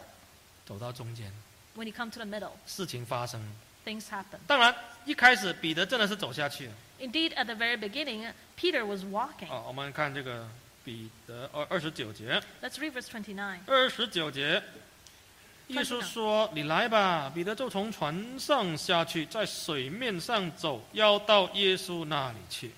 Speaker 1: 走到中间，
Speaker 2: When you come to the middle,
Speaker 1: 事情发生。
Speaker 2: things happen.
Speaker 1: 当然，一开始彼得真的是走下去了。
Speaker 2: Indeed, at the very beginning, Peter was walking.
Speaker 1: 哦，我们看这个彼得二二十九节，
Speaker 2: Let's read verse 29.
Speaker 1: 二十九节，耶
Speaker 2: 看这
Speaker 1: 稣
Speaker 2: 个
Speaker 1: 说：“你来吧。”彼得就从船上下去，在水面上走，要到耶稣那里去。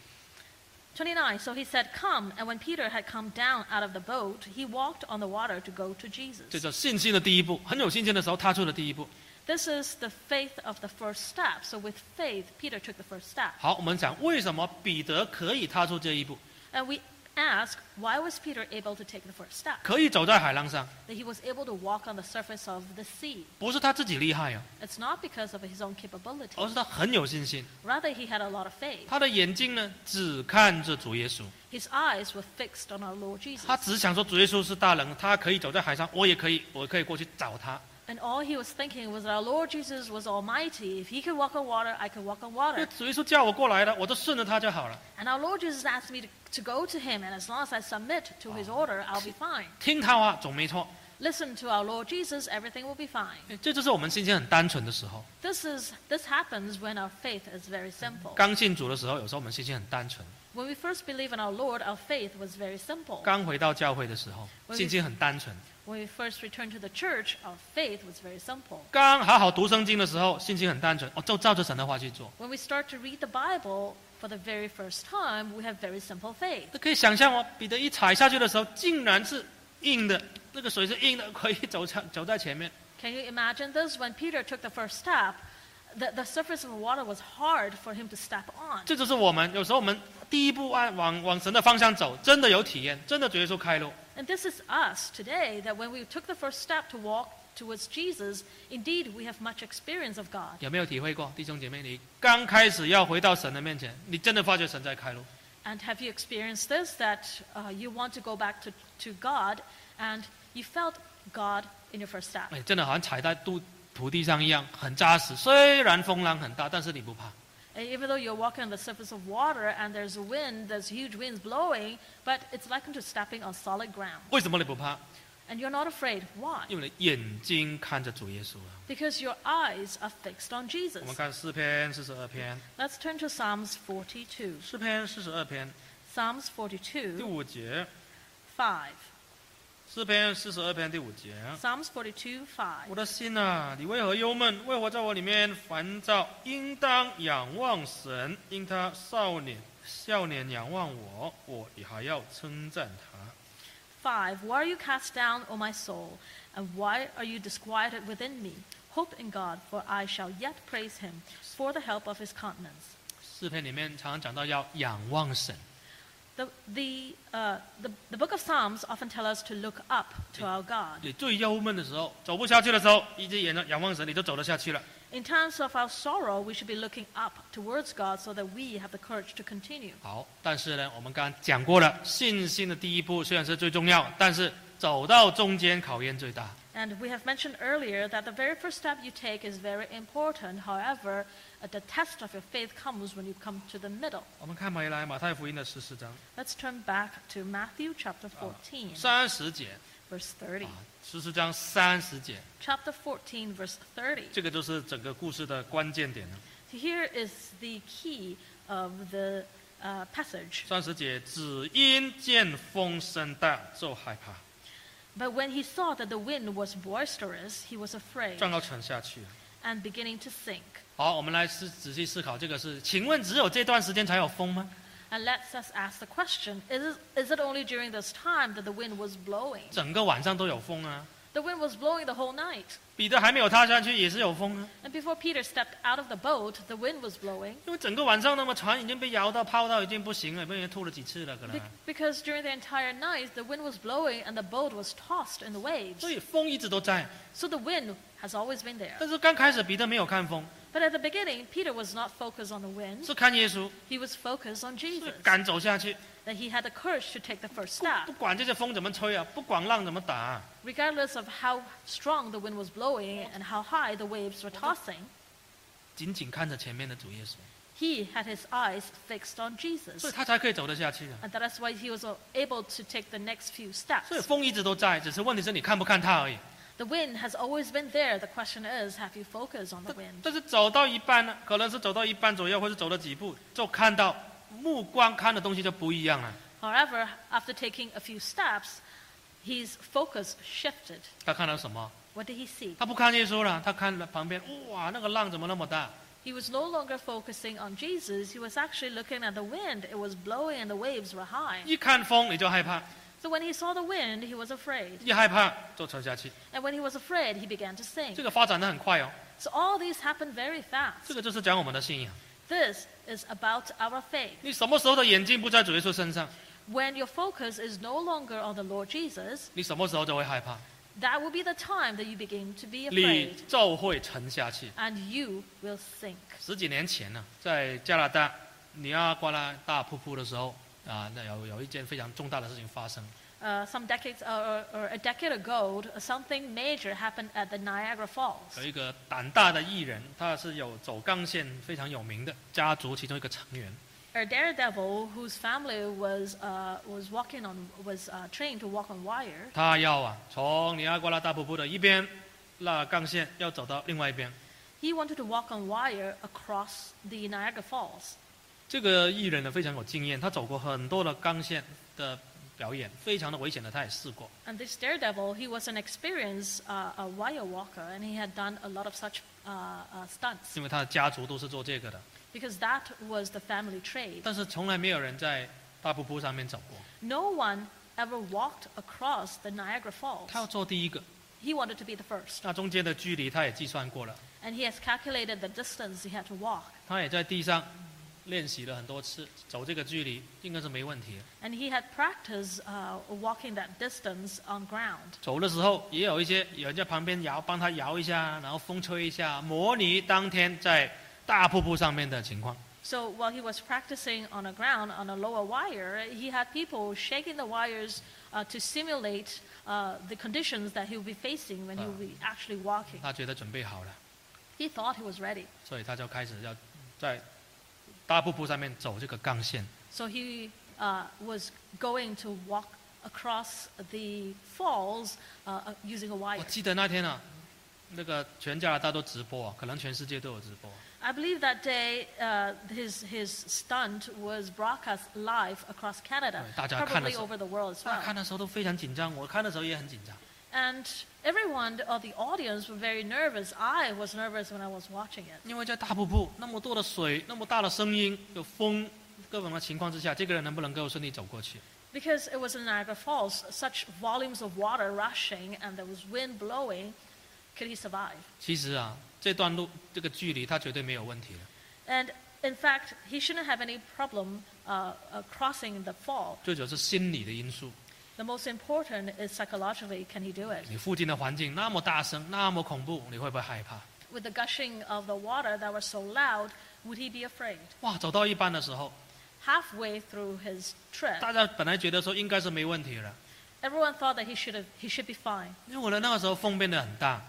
Speaker 2: 29. So he said, Come. And when Peter had come down out of the boat, he walked on the water to go to Jesus.
Speaker 1: 这叫信心的第一步，很有信心的时候踏出了第一步。
Speaker 2: This is the faith of the first step. So with faith, Peter took the first step.
Speaker 1: 好，我们讲为什么彼得可以踏出这一步，
Speaker 2: And we ask, why was Peter able to take the first step?
Speaker 1: 可以走在海浪上，
Speaker 2: That he was able to walk on the surface of the sea.
Speaker 1: 不是他自己厉害啊，
Speaker 2: It's not because of his own capability.
Speaker 1: 而是他很有信心。
Speaker 2: Rather, he had a lot of faith.
Speaker 1: 他的眼睛呢，只看着主耶稣，
Speaker 2: His eyes were fixed on our Lord Jesus.
Speaker 1: 他只想说主耶稣是大能，他可以走在海上，我也可以，我可以过去找他。
Speaker 2: And all he was thinking was that our Lord Jesus was almighty. If he could walk on water, I could walk on
Speaker 1: 因为
Speaker 2: water.
Speaker 1: 主耶稣叫我过来了，我就顺着他就好了，
Speaker 2: And our Lord Jesus asked me to, to go to him, and as long as I submit to his order, I'll be fine.
Speaker 1: 听他话总没错。
Speaker 2: Listen to our Lord Jesus, everything will be fine.
Speaker 1: 哎这就是我们信心很单纯的时候。
Speaker 2: This is this happens when our faith is very simple.
Speaker 1: 刚信主的时候，有时候我们信心很单纯；
Speaker 2: When we first believe in our Lord, our faith was very simple.
Speaker 1: 刚回到教会的时候，
Speaker 2: 我
Speaker 1: 信心很单纯；
Speaker 2: When we first returned to the church, our faith was very simple.
Speaker 1: 刚好好读圣经的时候，信心很单纯，哦，就照着神的话去做。
Speaker 2: When we start to read the Bible for the very first time, we have very simple faith.
Speaker 1: 那可以想象哦，彼得一踩下去的时候，竟然是硬的，那个水是硬的，可以走上走在前面。
Speaker 2: Can you imagine this? When Peter took the first step, the, the surface of the water was hard for him to step on.
Speaker 1: 这就是我们有时候我们第一步按往往神的方向走，真的有体验，真的觉得说开路。
Speaker 2: And this is us today that when we took the first step to walk towards Jesus, indeed we have much experience of God.
Speaker 1: 有没有体会过，弟兄姐妹？你刚开始要回到神的面前，你真的发觉神在开路。
Speaker 2: And have you experienced this that uh, you want to go back to, to God and you felt God in your first step?
Speaker 1: 哎，真的好像踩在土土地上一样，很扎实。虽然风浪很大，但是你不怕。
Speaker 2: And E-, even though you're walking on the surface of water and there's a wind, there's huge winds blowing, but it's likened to stepping on solid ground.
Speaker 1: 为什么你不怕？
Speaker 2: And you're not afraid. Why?
Speaker 1: 因为你眼睛看着主耶稣啊。
Speaker 2: Because your eyes are fixed on
Speaker 1: 我
Speaker 2: Jesus.
Speaker 1: 们看诗篇四十二篇，
Speaker 2: Let's turn to Psalms 42.
Speaker 1: 诗篇四十二篇
Speaker 2: Psalms
Speaker 1: 第
Speaker 2: 42,
Speaker 1: 五节，
Speaker 2: 5.
Speaker 1: 诗篇四十二篇第五节。
Speaker 2: Psalms 42, 5.
Speaker 1: 我的心啊，你为何忧闷？为何在我里面烦躁？应当仰望神，因他少年少年仰望我，我也还要称赞他。
Speaker 2: 5. Why are you cast down, O my soul? And why are you disquieted within me? Hope in God, for I shall yet praise him for the help of his countenance.
Speaker 1: 诗篇里面常常讲到要仰望神，
Speaker 2: The, the, uh, the, the book of Psalms often tell us to look up to our God.
Speaker 1: 你最忧闷的时候，走不下去的时候，一直仰仰望神，你就走得下去了。
Speaker 2: In times of our sorrow, we should be looking up towards God so that we have the courage to continue.
Speaker 1: 好，但是呢，我们刚刚讲过了，信心的第一步虽然是最重要，但是走到中间考验最大。
Speaker 2: And we have mentioned earlier that the very first step you take is very important. However, uh, the test of your faith comes when you come to the middle.
Speaker 1: 我们看回来马太福音的十四章
Speaker 2: Let's turn back to Matthew chapter 14,
Speaker 1: 三十节
Speaker 2: verse 30.
Speaker 1: 啊，十四章三十节，
Speaker 2: Chapter 14, verse 30.
Speaker 1: 这个就是整个故事的关键点了。
Speaker 2: Here is the key of the uh, passage.
Speaker 1: 三十节，只因见风声大就害怕，
Speaker 2: But when he saw that the wind was boisterous, he was afraid
Speaker 1: 转到沉下去了。
Speaker 2: and beginning to sink.
Speaker 1: 好，我们来思仔细思考这个事。请问只有这段时间才有风吗？
Speaker 2: And lets us ask the question is it, is it only during this time that the wind was blowing?
Speaker 1: 整个晚上都有风啊！
Speaker 2: The wind was blowing the whole night.
Speaker 1: 彼得还没有踏下去也是有风啊，
Speaker 2: And before Peter stepped out of the boat, the wind was blowing
Speaker 1: 因为整个晚上那么船已经被摇到泡到已经不行了，被人吐了几次了可
Speaker 2: be-
Speaker 1: 能。
Speaker 2: because during the entire night, the wind was blowing and the boat was tossed in the waves.
Speaker 1: 所以风一直都在，
Speaker 2: So the wind has always been there.
Speaker 1: 但是刚开始彼得没有看风，
Speaker 2: But at the beginning, Peter was not focused on the wind,
Speaker 1: 是看耶稣，
Speaker 2: he was focused on
Speaker 1: 是
Speaker 2: Jesus.
Speaker 1: 敢走下去，
Speaker 2: That he had the courage to take the first
Speaker 1: 不
Speaker 2: step,
Speaker 1: 管这些风怎么吹啊，不管浪怎么打啊、
Speaker 2: regardless of how strong the wind was blowing and how high the waves were tossing.
Speaker 1: 紧紧看着前面的主耶稣，
Speaker 2: He had his eyes fixed on
Speaker 1: 所以
Speaker 2: Jesus.
Speaker 1: 他才可以走得下去啊。
Speaker 2: And that is why he was uh, able to take the next few
Speaker 1: 所以
Speaker 2: steps.
Speaker 1: 风一直都在，只是问题是你看不看他而已。
Speaker 2: The wind has always been there. The question is, have you focused on the
Speaker 1: 但
Speaker 2: wind?
Speaker 1: 但是走到一半呢，可能是走到一半左右，或是走了几步，就看到目光看的东西就不一样了。
Speaker 2: However, after taking a few steps, his focus shifted.
Speaker 1: 他看到什么？
Speaker 2: What did he see?
Speaker 1: 他不看耶稣了，他看了旁边，哇，那个浪怎么那么大？
Speaker 2: He was no longer focusing on Jesus. He was actually looking at the wind. It was blowing and the waves were high.
Speaker 1: 一看风你就害怕，
Speaker 2: So when he saw the wind, he was afraid.
Speaker 1: 一害怕就沉下去。
Speaker 2: And when he was afraid, he began to sink.
Speaker 1: 这个发展的很快哦，
Speaker 2: So all these happened very
Speaker 1: 这
Speaker 2: fast.
Speaker 1: 个就是讲我们的信仰。
Speaker 2: This is about our faith.
Speaker 1: 你什么时候的眼睛不在主耶稣身上，
Speaker 2: When your focus is no longer on the Lord Jesus,
Speaker 1: 你什么时候就会害怕，
Speaker 2: that will be the time that you begin to be
Speaker 1: 你
Speaker 2: afraid
Speaker 1: 就会沉下去。
Speaker 2: and you will sink.
Speaker 1: 十几年前呢、在加拿大尼亚瓜拉大瀑布的时候啊，那有有一件非常重大的事情发生。
Speaker 2: Uh, some decades or, or a decade ago, something major happened at the Niagara Falls.
Speaker 1: 有一个胆大的艺人，他是有走钢线非常有名的家族其中一个成员。
Speaker 2: A daredevil whose family was uh, was walking on was uh, trained to walk on wire.
Speaker 1: 他要啊，从尼亚瓜拉大瀑布的一边那钢线要走到另外一边。
Speaker 2: He wanted to walk on wire across the Niagara Falls.
Speaker 1: 这个艺人呢非常有经验，他走过很多的钢线的表演，非常的危险的，他也试过。
Speaker 2: And this daredevil, he was an experienced uh, a wire walker, and he had done a lot of such uh, uh, stunts
Speaker 1: 因为他的家族都是做这个的，
Speaker 2: because that was the family trade.
Speaker 1: 但是从来没有人在大瀑布上面走过。
Speaker 2: No one ever walked across the Niagara Falls.
Speaker 1: 他要做第一个，
Speaker 2: He wanted to be the first,
Speaker 1: 那中间的距离他也计算过了，
Speaker 2: and he has calculated the distance he had to walk,
Speaker 1: 他也在地上练习了很多次，走这个距离应该是没问题的。
Speaker 2: and he had practiced uh, walking that distance on ground.
Speaker 1: 走的时候也有一些有人在旁边摇，帮他摇一下，然后风吹一下，模拟当天在大瀑布上面的情况。
Speaker 2: So while he was practicing on the ground on a lower wire, he had people shaking the wires uh, to simulate uh, the conditions that he would be facing when he would be
Speaker 1: Ah.
Speaker 2: actually walking.
Speaker 1: 他觉得准备好了，
Speaker 2: He thought he was ready,
Speaker 1: 所以他就开始要在大瀑布上面走这个杠线。
Speaker 2: so he uh, was going to walk across the falls uh, uh, using a
Speaker 1: 我
Speaker 2: wire.
Speaker 1: 记得那天啊，那个全加拿大都直播、啊，可能全世界都有直播。
Speaker 2: I believe that day uh, his his stunt was broadcast live across Canada,
Speaker 1: 对，大家看的时候-
Speaker 2: probably over the world as
Speaker 1: 大
Speaker 2: well.
Speaker 1: 家看的时候都非常紧张，我看的时候也很紧张。
Speaker 2: And everyone of the audience were very nervous. I was nervous when I was watching it
Speaker 1: 因为在大瀑布那么多的水，那么大的声音，有风，各种的情况之下，这个人能不能够顺利走过去？
Speaker 2: because it was in Niagara Falls, such volumes of water rushing and there was wind blowing. Could he survive?
Speaker 1: 其实啊，这段路这个距离他绝对没有问题的，
Speaker 2: And in fact, he shouldn't have any problem uh, uh, crossing the fall.
Speaker 1: 最主要是心理的因素。
Speaker 2: The most important is psychologically, can he do it?
Speaker 1: 你附近的环境那么大声，那么恐怖，你会不会害怕？
Speaker 2: With the gushing of the water that was so loud, would he be afraid?
Speaker 1: 哇，走到一半的时候，
Speaker 2: Halfway through his trip,
Speaker 1: 大家本来觉得说应该是没问题了，
Speaker 2: everyone thought that he should have, he should be fine.
Speaker 1: 因为呢那个时候风变得很大，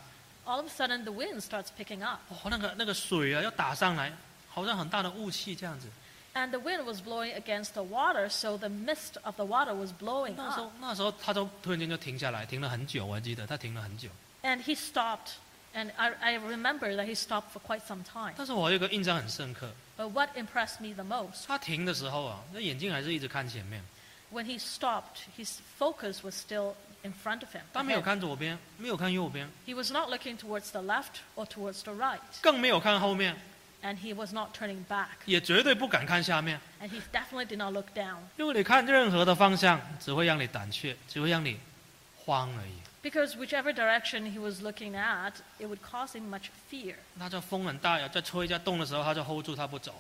Speaker 2: All of a sudden, the wind starts picking up.
Speaker 1: 哇，那个那个水啊要打上来，好像很大的雾气这样子。
Speaker 2: And the wind was blowing against the water, so the mist of the water was blowing
Speaker 1: 那时候
Speaker 2: up.
Speaker 1: 那时候他就突然间就停下来，停了很久，我还记得他停了很久。
Speaker 2: And he stopped And I, I remember that he stopped for quite some time.
Speaker 1: 但是我有一个印象很深刻，
Speaker 2: But what impressed me the most,
Speaker 1: 他停的时候啊，那眼睛还是一直看前面，
Speaker 2: when he stopped, his focus was still in front of him.
Speaker 1: 他没有看左边，没有看右边，
Speaker 2: He was not looking towards the left or towards the right,
Speaker 1: 更没有看后面，
Speaker 2: and he was not turning back,
Speaker 1: 也绝对不敢看下面，
Speaker 2: and he definitely did not look down.
Speaker 1: 因为你看任何的方向，只会让你胆怯，只会让你慌而已。
Speaker 2: Because whichever direction he was looking at, it would cause him much fear.
Speaker 1: 那这风很大呀，在吹在动的时候，他就 hold 住，他不走，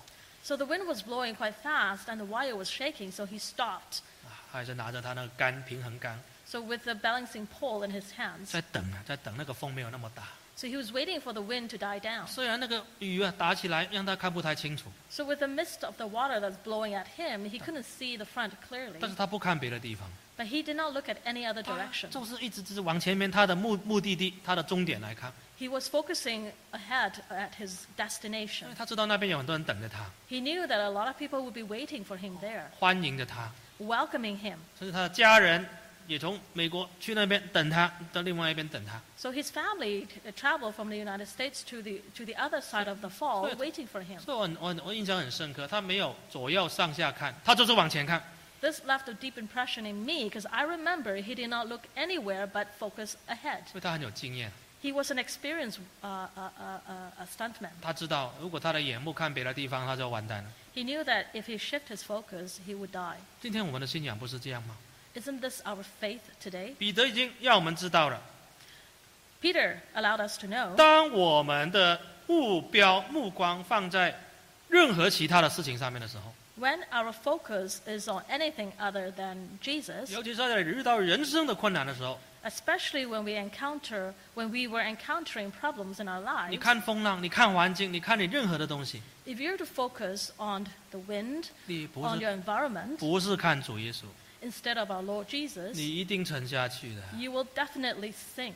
Speaker 2: So the wind was blowing quite fast, and the wire was shaking, so he stopped.
Speaker 1: 啊他还是拿着他那个杆平衡杆
Speaker 2: So with the balancing pole in his hands,
Speaker 1: 在等啊，在等那个风没有那么大。
Speaker 2: so he was waiting for the wind to die down.
Speaker 1: 虽然那个雨啊打起来，让他看不太清楚，
Speaker 2: So with the mist of the water that's blowing at him, he couldn't see the front clearly.
Speaker 1: 但是他不看别的地方，
Speaker 2: But he did not look at any other
Speaker 1: 他
Speaker 2: direction.
Speaker 1: 就是一直就是往前面他的目目的地，他的终点来看，
Speaker 2: He was focusing ahead at his
Speaker 1: 因
Speaker 2: destination.
Speaker 1: 为他知道那边有很多人等着他，
Speaker 2: He knew that a lot of people would be waiting for him there,
Speaker 1: 欢迎着他，
Speaker 2: welcoming him.
Speaker 1: 甚至他的家人也从美国去那边等他，到另外一边等他，
Speaker 2: So his family uh, traveled from the United States to the, to the other side of the fall,
Speaker 1: So-
Speaker 2: waiting for him.
Speaker 1: 所以我很我很我印象很深刻，他没有左右上下看，他就是往前看，
Speaker 2: This left a deep impression in me because I remember he did not look anywhere but focus ahead.
Speaker 1: 因为他很有经验，
Speaker 2: He was an experienced uh, uh, uh, uh, uh, stuntman.
Speaker 1: 他知道如果他的眼目看别的地方，他就完蛋了。
Speaker 2: He knew that if he shifted his focus, he would die.
Speaker 1: 今天我们的信仰不是这样吗？
Speaker 2: Isn't this our faith today?
Speaker 1: 彼得已经让我们知道了，
Speaker 2: Peter allowed us to know
Speaker 1: 当我们的目标目光放在任何其他的事情上面的时候，
Speaker 2: when our focus is on anything other than Jesus,
Speaker 1: 尤其是在遇到人生的困难的时候，
Speaker 2: especially when we encounter when we were encountering problems in our
Speaker 1: 你
Speaker 2: lives.
Speaker 1: 看风浪，你看环境，你看你任何的东西，
Speaker 2: If you're to focus on the wind,
Speaker 1: 你不
Speaker 2: on
Speaker 1: 是
Speaker 2: your environment
Speaker 1: 不是看主耶稣，
Speaker 2: instead of our Lord Jesus,
Speaker 1: 你一定沉下去的。
Speaker 2: you will definitely sink.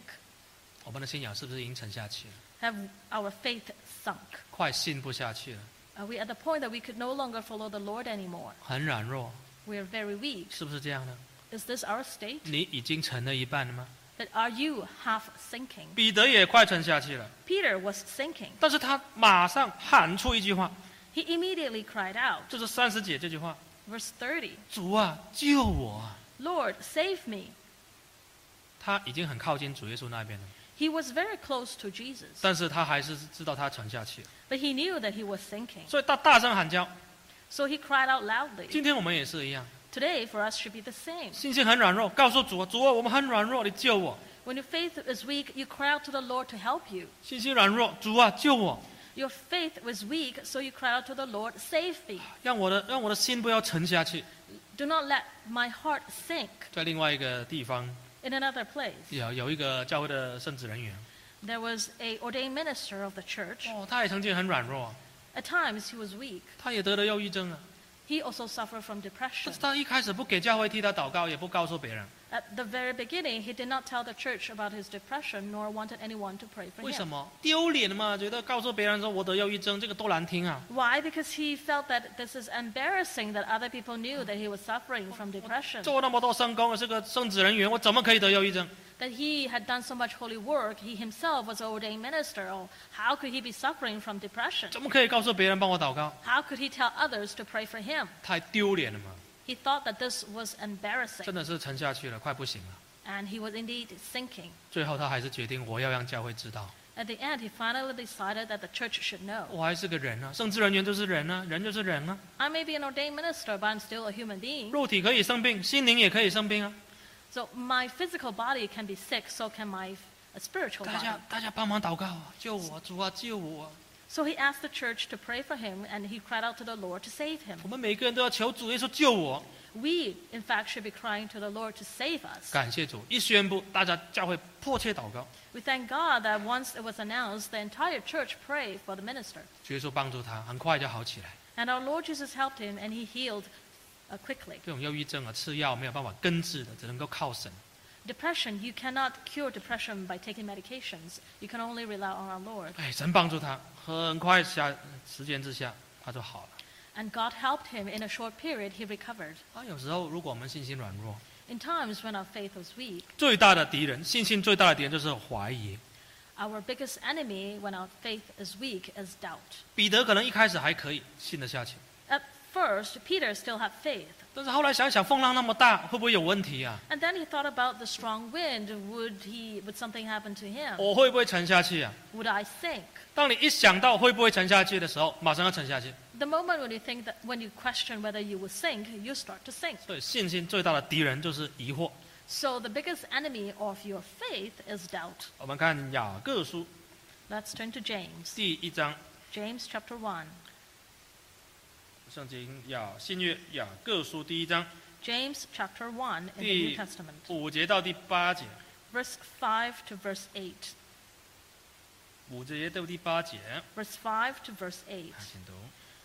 Speaker 1: 我们的信仰是不是已经沉下去了？
Speaker 2: Have our faith sunk?
Speaker 1: 快信不下去了，
Speaker 2: Are we at the point that we could no longer follow the Lord anymore?
Speaker 1: 很软弱，
Speaker 2: We are very weak.
Speaker 1: 是不是这样呢？
Speaker 2: Is this our state?
Speaker 1: 你已经沉了一半了吗？
Speaker 2: That are you half sinking?
Speaker 1: 彼得也快沉下去了，
Speaker 2: Peter was sinking.
Speaker 1: 但是他马上喊出一句话，
Speaker 2: He immediately cried out,
Speaker 1: 就是三十姐这句话：“
Speaker 2: verse 30,
Speaker 1: 主啊，救我啊！”
Speaker 2: Lord, save me.
Speaker 1: 他已经很靠近主耶稣那边了，
Speaker 2: He was very close to Jesus,
Speaker 1: 但是他还是知道他沉下去了，
Speaker 2: but he knew that he was sinking.
Speaker 1: 所以他大声喊叫。
Speaker 2: So he cried out loudly.
Speaker 1: 今天我们也是一样，
Speaker 2: Today, for us, should be the same.
Speaker 1: 信心很软弱，告诉主啊，主啊，我们很软弱，你救我。
Speaker 2: When your faith is weak, you cry out to the Lord to help you.
Speaker 1: 信心软弱，主啊，救我，
Speaker 2: Your faith was weak, so you cry out to the Lord, save me.
Speaker 1: 让我的让我的心不要沉下去。
Speaker 2: Do not let my heart sink.
Speaker 1: 在另外一个地方，
Speaker 2: In another place,
Speaker 1: 有有一个教会的圣职人员，
Speaker 2: there was a ordained minister of the church.
Speaker 1: 哦，他也曾经很软弱，
Speaker 2: At times, he was weak.
Speaker 1: 他也得了忧郁症啊。
Speaker 2: He also suffered from
Speaker 1: 但
Speaker 2: depression.
Speaker 1: 是他一开始不给教会替他祷告，也不告诉别人，
Speaker 2: At the very beginning, he did not tell the church about his depression, nor wanted anyone to pray for
Speaker 1: 为什
Speaker 2: him.
Speaker 1: 么？丢脸嘛，觉得告诉别人说我得忧郁症，这个多难听啊！
Speaker 2: Why? Because he felt that this is embarrassing that other people knew that he was suffering from depression,
Speaker 1: 做那么多圣工，是个圣职人员，我怎么可以得忧郁症？
Speaker 2: that he had done so much holy work, he himself was an ordained minister. Oh, how could he be suffering from depression?
Speaker 1: 怎么可以告诉别人帮我祷告？
Speaker 2: How could he tell others to pray for him?
Speaker 1: 太丢脸了嘛！
Speaker 2: He thought that this was embarrassing,
Speaker 1: 真的是沉下去了，快不行了。
Speaker 2: and he was indeed sinking.
Speaker 1: 最后他还是决定，我要让教会知道，
Speaker 2: At the end, he finally decided that the church should know.
Speaker 1: 我还是个人啊，圣职人员就是人啊，人就是人啊，
Speaker 2: I may be an ordained minister, but I'm still a human being.
Speaker 1: 肉体可以生病，心灵也可以生病啊。
Speaker 2: So my physical body can be sick, so can my uh, spiritual
Speaker 1: 大
Speaker 2: body.
Speaker 1: 家大家帮忙祷告啊，救我，主啊，救我啊！
Speaker 2: So he asked the church to pray for him, and he cried out to the Lord to save him.
Speaker 1: 我们每个人都要求主耶稣救我。
Speaker 2: We, in fact, should be crying to the Lord to save us.
Speaker 1: 感谢主，一宣布，大家教会迫切祷告，
Speaker 2: We thank God that once it was announced, the entire church prayed for the minister.
Speaker 1: 主耶稣帮助他，很快就好起来。
Speaker 2: And our Lord Jesus helped him, and he healed uh, quickly.
Speaker 1: 这种忧郁症啊，吃药没有办法根治的，只能够靠神。
Speaker 2: Depression, you cannot cure depression by taking medications. You can only rely on our Lord.
Speaker 1: 哎，神帮助他，很快下时间之下，他就好了。
Speaker 2: And God helped him. In a short period, he recovered.
Speaker 1: 啊，有时候如果我们信心软弱，
Speaker 2: In times when our faith was weak,
Speaker 1: 最大的敌人，信心最大的敌人就是怀疑。
Speaker 2: Our biggest enemy when our faith is weak is doubt.
Speaker 1: 彼得可能一开始还可以信得下去，
Speaker 2: At first, Peter still had faith,
Speaker 1: 但是后来想想风浪那么大，会不会有问题啊？
Speaker 2: and then he thought about the strong wind. Would he? Would something happen to him?
Speaker 1: 我会不会沉下去啊？
Speaker 2: Would I sink?
Speaker 1: 当你一想到会不会沉下去的时候，马上要沉下去。
Speaker 2: The moment when you think that, when you question whether you will sink, you start to sink.
Speaker 1: 所以信心最大的敌人就是疑惑。
Speaker 2: So the biggest enemy of your faith is doubt.
Speaker 1: 我们看雅各书
Speaker 2: Let's turn to James.
Speaker 1: 第一章，
Speaker 2: James chapter 1.
Speaker 1: 圣经雅信约雅各书第一章
Speaker 2: James chapter 1 in the New
Speaker 1: The-
Speaker 2: Testament.
Speaker 1: 五节到第八节，
Speaker 2: Verse 5 to verse 8.
Speaker 1: 五节到第八节，
Speaker 2: Verse 5 to verse 8.
Speaker 1: 请读。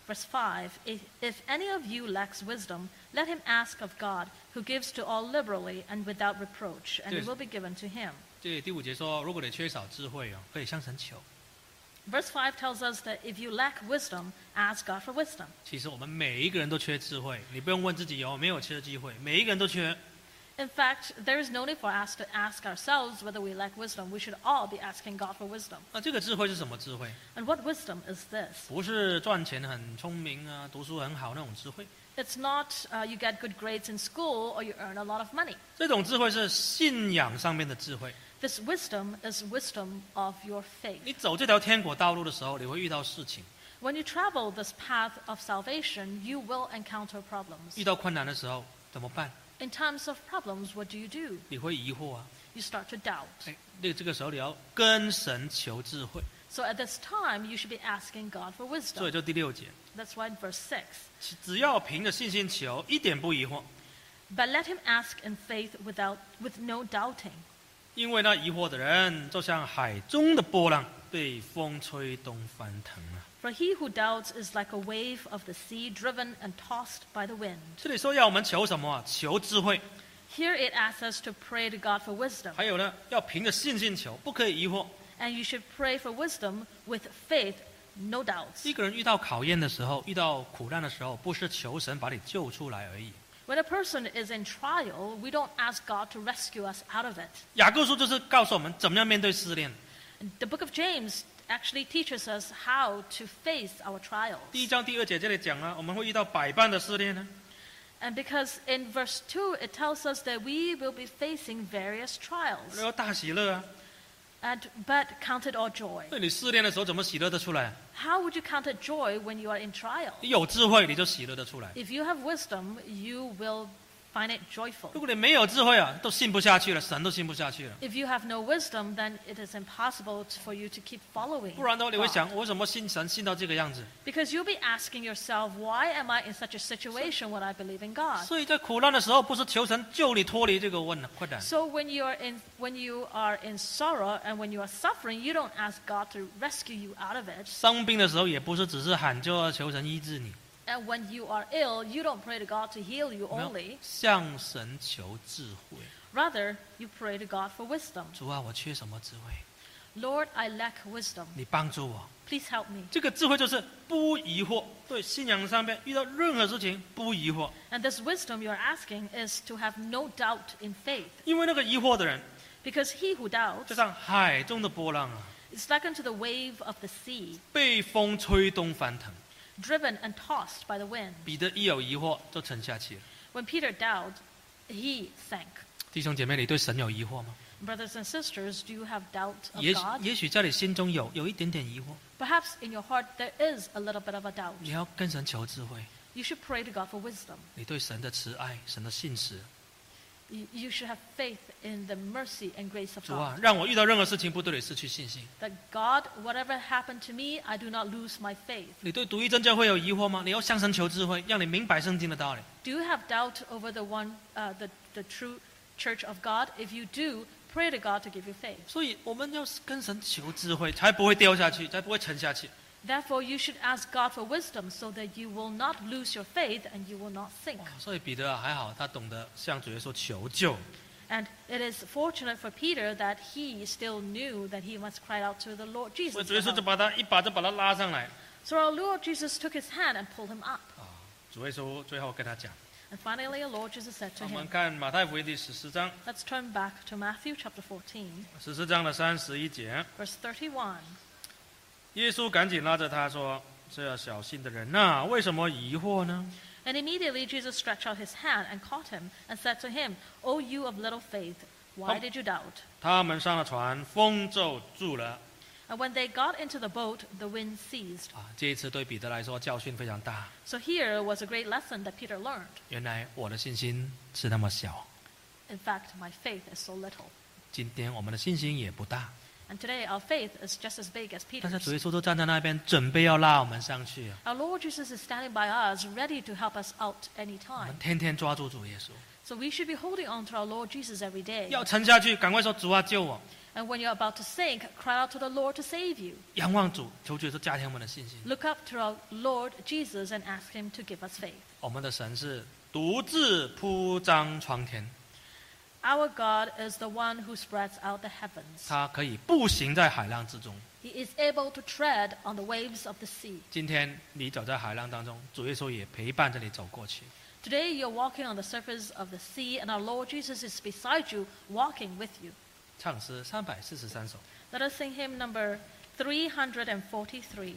Speaker 2: Verse 5 if, if any of you lacks wisdom, let him ask of God, who gives to all liberally and without reproach, and
Speaker 1: Yes.
Speaker 2: it will be given to him.
Speaker 1: 这里第五节说，如果你缺少智慧啊，可以向神求。
Speaker 2: Verse 5 tells us that if you lack wisdom, ask God for wisdom.
Speaker 1: 其实我们每一个人都缺智慧，你不用问自己有没有缺机会，每一个人都缺。
Speaker 2: In fact, there is no need for us to ask ourselves whether we lack wisdom. We should all be asking God for wisdom.
Speaker 1: 那这个智慧是什么智慧？
Speaker 2: And what wisdom is this?
Speaker 1: 不是赚钱很聪明啊，读书很好那种智慧。
Speaker 2: It's not uh, you get good grades in school or you earn a lot of money.
Speaker 1: 这种智慧是信仰上面的智慧。
Speaker 2: This wisdom is wisdom of your faith.
Speaker 1: 你走这条天国道路的时候，你会遇到事情，
Speaker 2: When you travel this path of salvation, you will encounter
Speaker 1: 遇
Speaker 2: problems.
Speaker 1: 到困难的时候怎么办？
Speaker 2: In times of problems, what do you do?
Speaker 1: 你会疑惑啊。
Speaker 2: You start to doubt.
Speaker 1: 哎，那这个时候你要跟神求智慧。
Speaker 2: So at this time, you should be asking God for
Speaker 1: 所以
Speaker 2: wisdom.
Speaker 1: 就第六节，
Speaker 2: That's why in verse 6.
Speaker 1: 其只要凭着信心求，一点不疑惑，
Speaker 2: But let him ask in faith without, with no doubting.
Speaker 1: 因为那疑惑的人就像海中的波浪，被风吹动翻腾啊。
Speaker 2: For he who doubts is like a wave of the sea driven and tossed by the wind.
Speaker 1: 这里说要我们求什么啊？求智慧。
Speaker 2: Here it asks us to pray to God for wisdom.
Speaker 1: 还有呢，要凭着信心求，不可以疑惑。
Speaker 2: And you should pray for wisdom with faith, no doubts.
Speaker 1: 一个人遇到考验的时候，遇到苦难的时候，不是求神把你救出来而已。
Speaker 2: When a person is in trial, we don't ask God to rescue us out of it.
Speaker 1: 雅各书就是告诉我们怎么样面对失恋。
Speaker 2: The book of James actually teaches us how to face our trials.
Speaker 1: 第一章第二节这里讲啊，我们会遇到百般的试炼呢。
Speaker 2: And because in verse 2, it tells us that we will be facing various
Speaker 1: 我
Speaker 2: trials.
Speaker 1: 们要大喜乐啊！
Speaker 2: And, but count it all joy.
Speaker 1: 那你试炼的时候怎么喜乐得出来？啊
Speaker 2: How would you count it joy when you are in trial?
Speaker 1: 你有智慧你就喜乐得出来。
Speaker 2: If you have wisdom, you will find it
Speaker 1: 如
Speaker 2: joyful.
Speaker 1: 果你没有智慧啊，都信不下去了，神都信不下去了。
Speaker 2: If you have no wisdom, then it is impossible t- for you to keep following.
Speaker 1: 不然的话，你会
Speaker 2: God.
Speaker 1: 想，我为什么信神信到这个样子？
Speaker 2: Because you'll be asking yourself, why am I in such a situation when I believe in God?
Speaker 1: 所以在苦难的时候，不是求神救你脱离这个问困难，
Speaker 2: So when you are in when you are in sorrow and when you are suffering, you don't ask God to rescue you out of it.
Speaker 1: 生病的时候也不是只是喊就要求神医治你，
Speaker 2: And when you are ill, you don't pray to God to heal you
Speaker 1: 有没有
Speaker 2: only.
Speaker 1: 向神求智慧。
Speaker 2: Rather, you pray to God for wisdom.
Speaker 1: 主啊，我缺什么智慧？
Speaker 2: Lord, I lack wisdom.
Speaker 1: 你帮助我。
Speaker 2: Please help me.
Speaker 1: 这个智慧就是不疑惑，对信仰上面遇到任何事情不疑惑，
Speaker 2: And this wisdom you're asking is to have no doubt in faith,
Speaker 1: 因为那个疑惑的人，
Speaker 2: because he
Speaker 1: 就
Speaker 2: who doubts
Speaker 1: 像海中的波浪啊，
Speaker 2: is like unto the wave of the sea,
Speaker 1: 被风吹动翻腾。
Speaker 2: driven and tossed by the wind.
Speaker 1: 彼得一有疑惑就沉下去了。
Speaker 2: When Peter doubted, he sank.
Speaker 1: 弟兄姐妹，你对神有疑惑吗？
Speaker 2: Brothers and sisters, do you have doubt of
Speaker 1: 也许
Speaker 2: God?
Speaker 1: 也许在你心中有有一点点疑惑，
Speaker 2: Perhaps in your heart there is a little bit of a doubt.
Speaker 1: 你要跟神求智慧，
Speaker 2: You should pray to God for wisdom.
Speaker 1: 你对神的慈爱、神的信实。
Speaker 2: You, you should have faith in the mercy and grace of
Speaker 1: 主
Speaker 2: God.
Speaker 1: 啊，让我遇到任何事情不对你失去信心。
Speaker 2: That God, whatever happened to me, I do not lose my faith.
Speaker 1: 你对独一真教会有疑惑吗？你要向神求智慧，让你明白圣经的道理。
Speaker 2: Do you have doubt over the one, uh, the, the true church of God? If you do, pray to God to give you faith.
Speaker 1: 所以我们要跟神求智慧，才不会掉下去，才不会沉下去。
Speaker 2: Therefore, you should ask God for wisdom so that you will not lose your faith and you will not sink.
Speaker 1: 所以彼得啊还好，他懂得向主耶稣求救。
Speaker 2: And it is fortunate for Peter that he still knew that he must cry out to the
Speaker 1: 所
Speaker 2: Lord Jesus.
Speaker 1: 以主
Speaker 2: for
Speaker 1: 耶稣就
Speaker 2: help.
Speaker 1: 把他一把就把他拉上来。
Speaker 2: So our Lord Jesus took his hand and pulled him up.
Speaker 1: 主耶稣最后跟他讲，
Speaker 2: And finally, our Lord Jesus said to
Speaker 1: 我们
Speaker 2: him,
Speaker 1: 看马太福音第十四章，
Speaker 2: Let's turn back to Matthew chapter 14,
Speaker 1: 十四章的三十一节，
Speaker 2: verse 31.
Speaker 1: 耶稣赶紧拉着他说：“这要小信的人呐、为什么疑惑呢？
Speaker 2: And immediately Jesus stretched out his hand and caught him and said to him, O you of little faith, why
Speaker 1: Come.
Speaker 2: did you doubt?
Speaker 1: 他们上了船，风就住了。
Speaker 2: And when they got into the boat, the wind ceased. ”
Speaker 1: 啊，这一次对彼得来说教训非常大。
Speaker 2: So here was a great lesson that Peter learned.
Speaker 1: 原来我的信心是那么小，
Speaker 2: In fact, my faith is so little.
Speaker 1: 今天我们的信心也不大。
Speaker 2: And today our faith is just as big as
Speaker 1: 但是主耶
Speaker 2: Peter's.
Speaker 1: 稣都站在那边，准备要拉我们上去。啊
Speaker 2: Our Lord Jesus is standing by us, ready to help us out any
Speaker 1: 我
Speaker 2: time.
Speaker 1: 们天天抓住主耶稣，
Speaker 2: So we should be holding on to our Lord Jesus every day.
Speaker 1: 要沉下去，赶快说主啊救我！
Speaker 2: And when you're about to sink, cry out to the Lord to save you.
Speaker 1: 仰望主，求主耶稣加添我们的信心。
Speaker 2: Look up to our Lord Jesus and ask Him to give us faith.
Speaker 1: 我们的神是独自铺张床前，
Speaker 2: Our God is the one who spreads out the heavens.
Speaker 1: 他可以步行在海浪之中。
Speaker 2: He is able to tread on the waves of the sea.
Speaker 1: 今天你走在海浪当中，主耶稣也陪伴着你走过去。
Speaker 2: Today you're walking on the surface of the sea, and our Lord Jesus is beside you, walking with you.
Speaker 1: 唱诗三百四十三首。
Speaker 2: Let us sing hymn number 343.